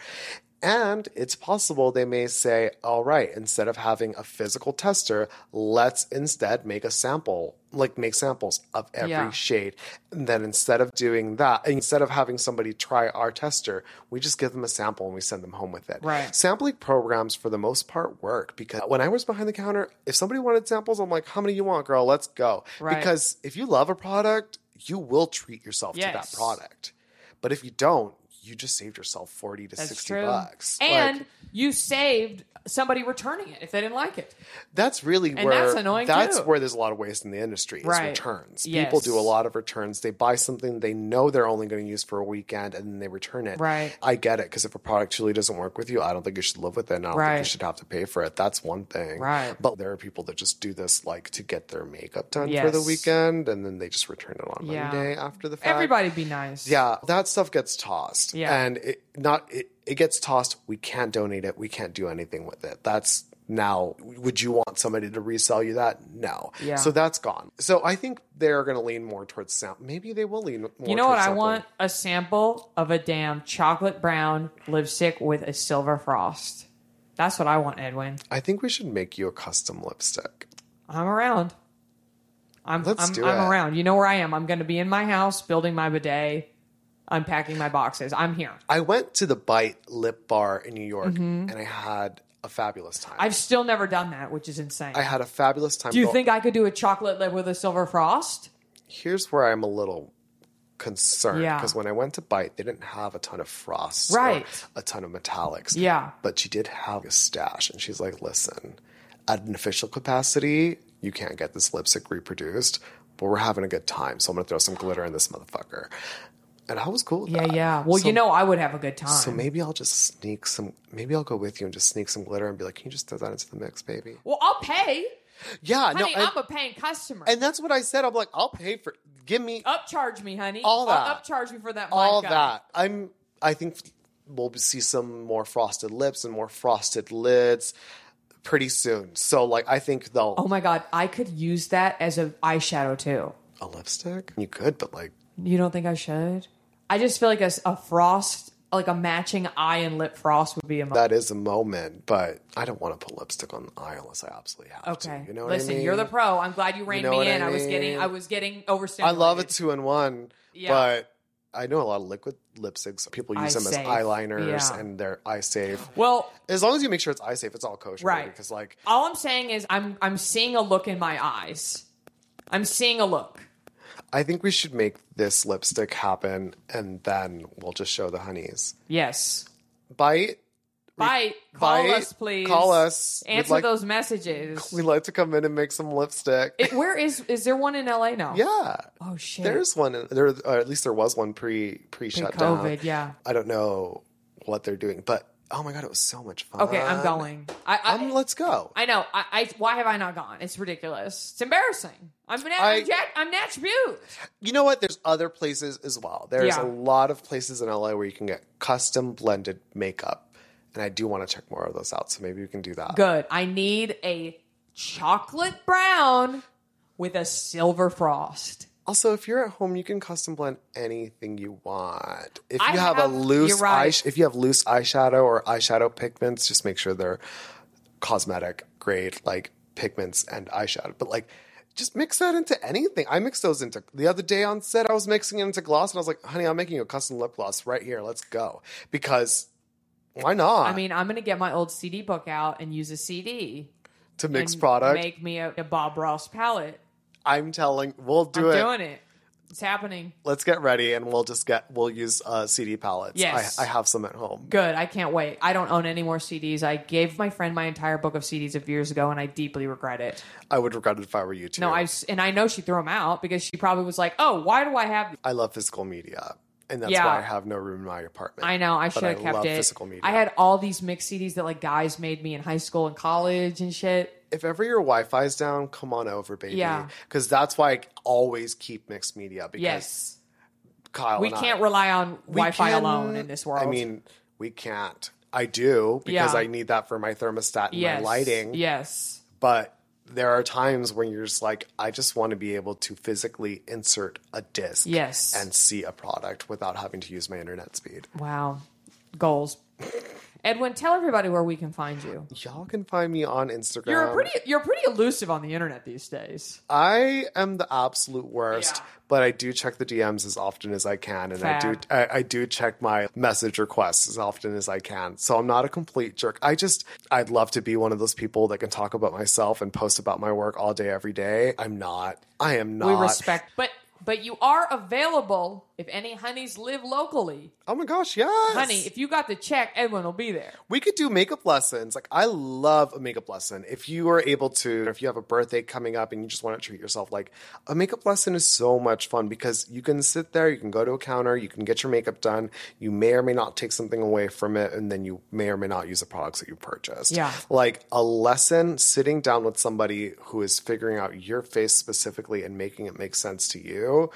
B: And it's possible they may say, all right, instead of having a physical tester, let's instead make a sample, like make samples of every
A: Yeah.
B: shade. And then instead of doing that, instead of having somebody try our tester, we just give them a sample and we send them home with it.
A: Right.
B: Sampling programs for the most part work because when I was behind the counter, if somebody wanted samples, I'm like, how many you want, girl? Let's go.
A: Right.
B: Because if you love a product, you will treat yourself to
A: Yes.
B: that product. But if you don't, you just saved yourself 40 to 60 bucks.
A: And
B: Like,
A: you saved somebody returning it if they didn't like it.
B: that's really
A: And
B: where
A: that's annoying
B: that's
A: too.
B: where there's a lot of waste in the industry is
A: Right.
B: returns.
A: Yes.
B: People do a lot of returns. They buy something they know they're only going to use for a weekend and then they return it.
A: Right.
B: I get it because if a product truly doesn't work with you, I don't think you should live with it. And I don't think
A: Right.
B: you should have to pay for it. That's one thing.
A: Right.
B: But there are people that just do this like to get their makeup done for the
A: Yes.
B: weekend and then they just return it on
A: Yeah.
B: Monday after the fact.
A: Everybody be nice.
B: Yeah, that stuff gets tossed.
A: Yeah.
B: And it not it, it gets tossed. We can't donate it. We can't do anything with it. That's now would you want somebody to resell you that? No.
A: Yeah.
B: So that's gone. So I think they're gonna lean more towards sound. Maybe they will lean more
A: You know what
B: towards
A: I
B: sampling.
A: want? A sample of a damn chocolate brown lipstick with a silver frost. That's what I want, Edwin.
B: I think we should make you a custom lipstick.
A: I'm around. I'm
B: Let's
A: I'm,
B: do
A: I'm
B: it.
A: around. You know where I am. I'm going to be in my house building my bidet, unpacking my boxes. I'm here.
B: I went to the Bite Lip Bar in New York
A: Mm-hmm.
B: and I had a fabulous time.
A: I've still never done that, which is insane.
B: I had a fabulous time.
A: Do you
B: but
A: think I could do a chocolate lip with a silver frost?
B: here's where I'm a little concerned
A: Yeah.
B: because when I went to bite, they didn't have a ton of frosts, or
A: Right.
B: a ton of metallics.
A: Yeah.
B: but she did have a stash, and she's like, "Listen, at an official capacity, you can't get this lipstick reproduced, but we're having a good time, so I'm gonna throw some glitter in this motherfucker." And I was cool. With
A: Yeah,
B: that.
A: yeah. Well,
B: So-
A: you know I would have a good time.
B: So maybe I'll just sneak some. Maybe I'll go with you and just sneak some glitter and be like, "Can you just throw that into the mix, baby?"
A: well, I'll pay.
B: Yeah,
A: Honey,
B: no, and,
A: I'm a paying customer.
B: and that's what I said. I'm like, "I'll pay for. Give me
A: upcharge me, honey.
B: All
A: I'll
B: that.
A: upcharge me for that.
B: all
A: vodka.
B: that. I'm. I think we'll see some more frosted lips and more frosted lids pretty soon. So like, I think they'll
A: Oh my god, I could use that as an eyeshadow too.
B: a lipstick. You could, but like,
A: You don't think I should? I just feel like a, s- a frost, like a matching eye and lip frost would be a.
B: that is a moment. But I don't want to put lipstick on the eye unless I absolutely have to.
A: okay.
B: You know what
A: Listen,
B: I mean?
A: you're the pro. I'm glad you reined
B: know
A: me
B: what I
A: in. I, was getting,
B: mean?
A: I was getting
B: I
A: overstimulated.
B: love a two in one,
A: Yeah.
B: but. I know a lot of liquid lipsticks. People use
A: Eye
B: them
A: safe.
B: as eyeliners
A: Yeah.
B: and they're eye safe.
A: Well,
B: As long as you make sure it's eye safe, it's all kosher.
A: Right.
B: Because like
A: all I'm saying is, I'm I'm seeing a look in my eyes. I'm seeing a look.
B: I think we should make this lipstick happen and then we'll just show the honeys.
A: Yes.
B: Bite.
A: Bite. Call
B: Bite.
A: us, please.
B: Call us. We'd
A: Answer
B: like-
A: those messages.
B: We'd like to come in and make some lipstick.
A: It- where is is there one in LA now?
B: yeah.
A: Oh shit.
B: There's one in- there or at least there was one pre pre shutdown.
A: COVID, yeah.
B: I don't know what they're doing, but oh my god, it was so much fun.
A: Okay, I'm going. I I,
B: Um, let's go.
A: I know. I, I why have I not gone? It's ridiculous. It's embarrassing. I'm an
B: I-
A: I'm, Jack, I'm Natch Butte.
B: you know what? There's other places as well. There's
A: Yeah.
B: a lot of places in LA where you can get custom blended makeup. And I do want to check more of those out, so maybe we can do that.
A: Good. I need a chocolate brown with a silver frost.
B: Also, if you're at home, you can custom blend anything you want. If
A: I
B: you have,
A: have-
B: a
A: you're
B: loose
A: right.
B: eyes- if you have loose eyeshadow or eyeshadow pigments, just make sure they're cosmetic grade like pigments and eyeshadow. But like just mix that into anything. I mixed those into the other day on set. I was mixing it into gloss, and I was like, "Honey, I'm making you a custom lip gloss right here. Let's go." Because why not?
A: I mean, I'm gonna get my old CD book out and use a CD.
B: to mix
A: and
B: product.
A: Make me a, a Bob Ross palette.
B: I'm telling, we'll do
A: I'm
B: it.
A: doing it. It's happening.
B: Let's get ready, and we'll just get we'll use uh, CD palettes.
A: Yes.
B: I, I have some at home.
A: Good. I can't wait. I don't own any more CDs. I gave my friend my entire book of CDs of years ago, and I deeply regret it.
B: I would regret it if I were you too.
A: No, I s- and I know she threw them out because she probably was like, "Oh, why do I have?"
B: I love physical media, and that's
A: Yeah.
B: why I have no room in my apartment.
A: I know I
B: But
A: should have kept
B: love
A: it.
B: Physical media.
A: I had all these mixed CDs that like guys made me in high school and college and shit.
B: if ever your Wi-Fi's down, come on over, baby.
A: Yeah.
B: because that's why I always keep mixed media. Because
A: Yes,
B: Kyle,
A: we
B: and I-
A: can't rely on
B: we
A: Wi-Fi
B: can-
A: alone in this world.
B: I mean, we can't. I do because
A: Yeah.
B: I need that for my thermostat and
A: yes,
B: my lighting.
A: Yes,
B: But there are times when you're just like, I just want to be able to physically insert a disc
A: Yes.
B: and see a product without having to use my internet speed.
A: Wow. Goals. Edwin, tell everybody where we can find you.
B: Y'all can find me on Instagram.
A: You're a pretty you're pretty elusive on the internet these days.
B: I am the absolute worst,
A: Yeah.
B: but I do check the DMs as often as I can, and I do
A: Fab.
B: I, I do check my message requests as often as I can. So I'm not a complete jerk. I just I'd love to be one of those people that can talk about myself and post about my work all day every day. I'm not. I am not.
A: We respect but but you are available if any honeys live locally.
B: Oh my gosh, yes,
A: Honey, if you got the check, Edwin will be there.
B: We could do makeup lessons. Like I love a makeup lesson. If you are able to, if you have a birthday coming up and you just want to treat yourself, like a makeup lesson is so much fun because you can sit there, you can go to a counter, you can get your makeup done. You may or may not take something away from it, and then you may or may not use the products that you purchased.
A: Yeah.
B: Like a lesson, sitting down with somebody who is figuring out your face specifically and making it make sense to you,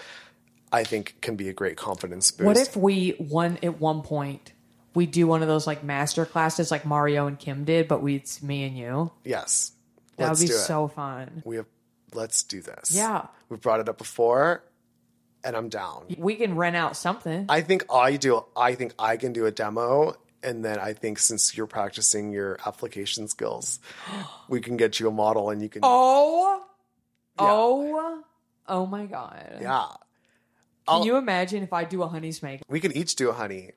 B: I think can be a great confidence boost.
A: What if we one at one point we do one of those like master classes like Mario and Kim did, but we it's me and you.
B: yes.
A: That
B: Let's
A: would be
B: do it.
A: so fun.
B: we have let's do this.
A: Yeah.
B: We brought it up before and I'm down.
A: We can rent out something.
B: I think I do I think I can do a demo and then I think since you're practicing your application skills, we can get you a model and you can
A: oh. Oh. Oh my god.
B: yeah.
A: Can you imagine if I do a honey's make?
B: We can each do a honey.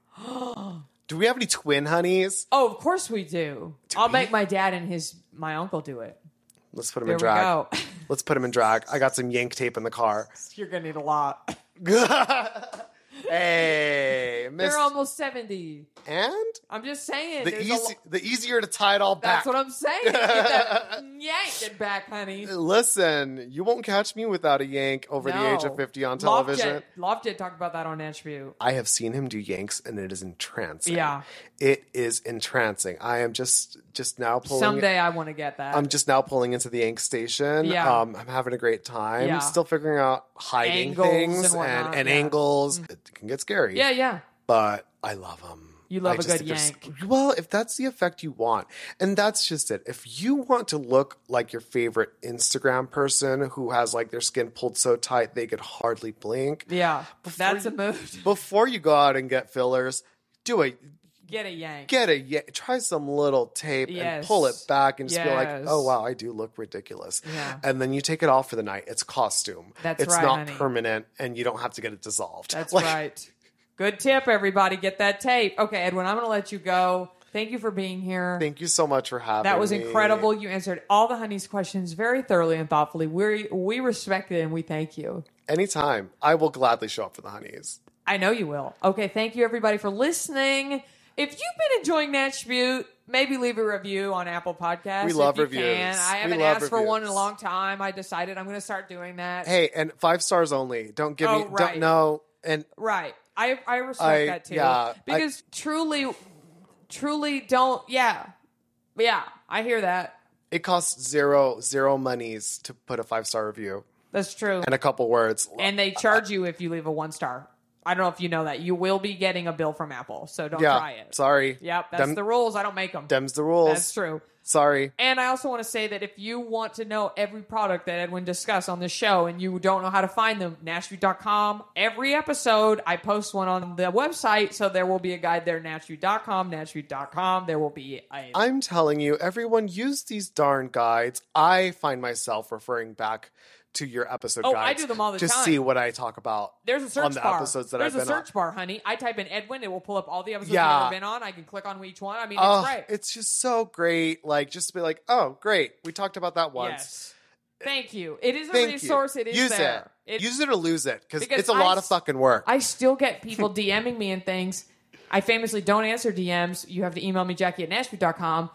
B: do we have any twin honeys?
A: Oh, of course we do. I'll make my dad and his my uncle do it.
B: Let's put him
A: There
B: in
A: we
B: drag.
A: go.
B: Let's put him in drag. I got some yank tape in the car.
A: You're gonna need a lot.
B: hey, miss
A: They're almost seventy.
B: and
A: I'm just saying.
B: the
A: there's
B: easy
A: a lo-
B: the easier to tie it all back.
A: that's what I'm saying. Get that yank it back, honey.
B: Listen, you won't catch me without a yank over the age
A: No.
B: of 50 on television.
A: Lofted, Lofted talked about that on Attribute.
B: I have seen him do yanks and it is entrancing.
A: Yeah.
B: It is entrancing. I am just just now pulling
A: Someday I want to get that.
B: I'm just now pulling into the yank station.
A: Yeah.
B: Um, I'm having a great time.
A: Yeah.
B: Still figuring out hiding
A: Angles
B: things
A: and whatnot,
B: and
A: yeah. Mm.
B: angles. It can get scary.
A: yeah, yeah.
B: But I love them.
A: You love
B: a
A: a good yank.
B: Well, if that's the effect you want, and that's just it. If you want to look like your favorite Instagram person who has like their skin pulled so tight they could hardly blink,
A: Yeah. that's
B: you-
A: a move.
B: before you go out and get fillers, do a
A: Get a yank.
B: get a yank, try some little tape and
A: Yes.
B: pull it back and just be like,
A: Yes.
B: oh wow, I do look ridiculous.
A: Yeah.
B: And then you take it off for the night. It's costume.
A: That's
B: it's
A: right,
B: not
A: honey.
B: permanent, and you don't have to get it dissolved.
A: That's
B: Like,
A: right. Good tip, everybody. Get that tape. Okay, Edwin, I'm going to let you go. Thank you for being here.
B: Thank you so much for having me.
A: that was incredible. You answered all the honey's questions very thoroughly and thoughtfully. We we respect it and we thank you.
B: Anytime. I will gladly show up for the honeys.
A: I know you will. Okay, thank you everybody for listening. If you've been enjoying Natchbute, maybe leave a review on Apple Podcasts.
B: We
A: if
B: love
A: you
B: reviews.
A: can. I
B: We
A: haven't
B: love
A: asked for one in a
B: reviews.
A: long time. I decided I'm going to start doing that.
B: Hey, and five stars only. Don't give
A: Oh,
B: me
A: right.
B: don't know. And
A: Right. I I respect
B: I-
A: that too.
B: yeah,
A: because truly, truly don't. Yeah, yeah. I hear that.
B: it costs zero zero monies to put a five star review
A: That's true.
B: and a couple words.
A: And they charge you if you leave a one star. I don't know if you know that. You will be getting a bill from Apple, so don't
B: yeah,
A: try it.
B: sorry.
A: Yep, that's
B: Dem-
A: the rules. I don't make them.
B: Them's the rules.
A: That's true.
B: Sorry.
A: And I also want to say that if you want to know every product that Edwin discussed on this show and you don't know how to find them, Nashview.com. Every episode, I post one on the website, so there will be a guide there, Nashview.com, Nashview.com. There will be a.
B: I'm telling you, everyone use these darn guides. I find myself referring back to your episode
A: Oh, I
B: guides
A: do them all the
B: to
A: time.
B: see what I talk about
A: There's a search
B: on the
A: bar.
B: episodes that
A: There's
B: I've
A: a
B: been
A: search
B: on.
A: bar, honey. I type in Edwin, it will pull up all the episodes
B: Yeah.
A: I've ever been on. I can click on each one. I mean,
B: Oh,
A: it's great.
B: it's just so great. Like, just to be like, oh, great. We talked about that once.
A: Yes. Thank you. It is a
B: Thank
A: resource.
B: you.
A: It is
B: Use
A: there.
B: it. Use it or lose it because
A: Because
B: it's a
A: I
B: lot of
A: s-
B: fucking work.
A: I still get people DMing me and things. I famously don't answer DMs. You have to email me, Jackie at Nashville.com.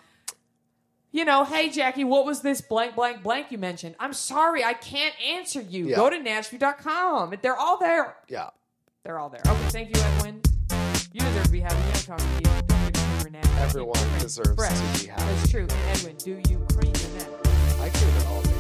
A: You know, hey, Jackie, what was this blank, blank, blank you mentioned? I'm sorry, I can't answer you.
B: Yeah.
A: Go to Nashville.com. They're all there.
B: yeah.
A: They're all there. Okay, thank you, Edwin. You deserve to be happy. You don't talk to you. Don't give me your name.
B: Everyone deserves
A: Brett,
B: to be happy.
A: That's true. And Edwin, do you cream in that?
B: I do it all day.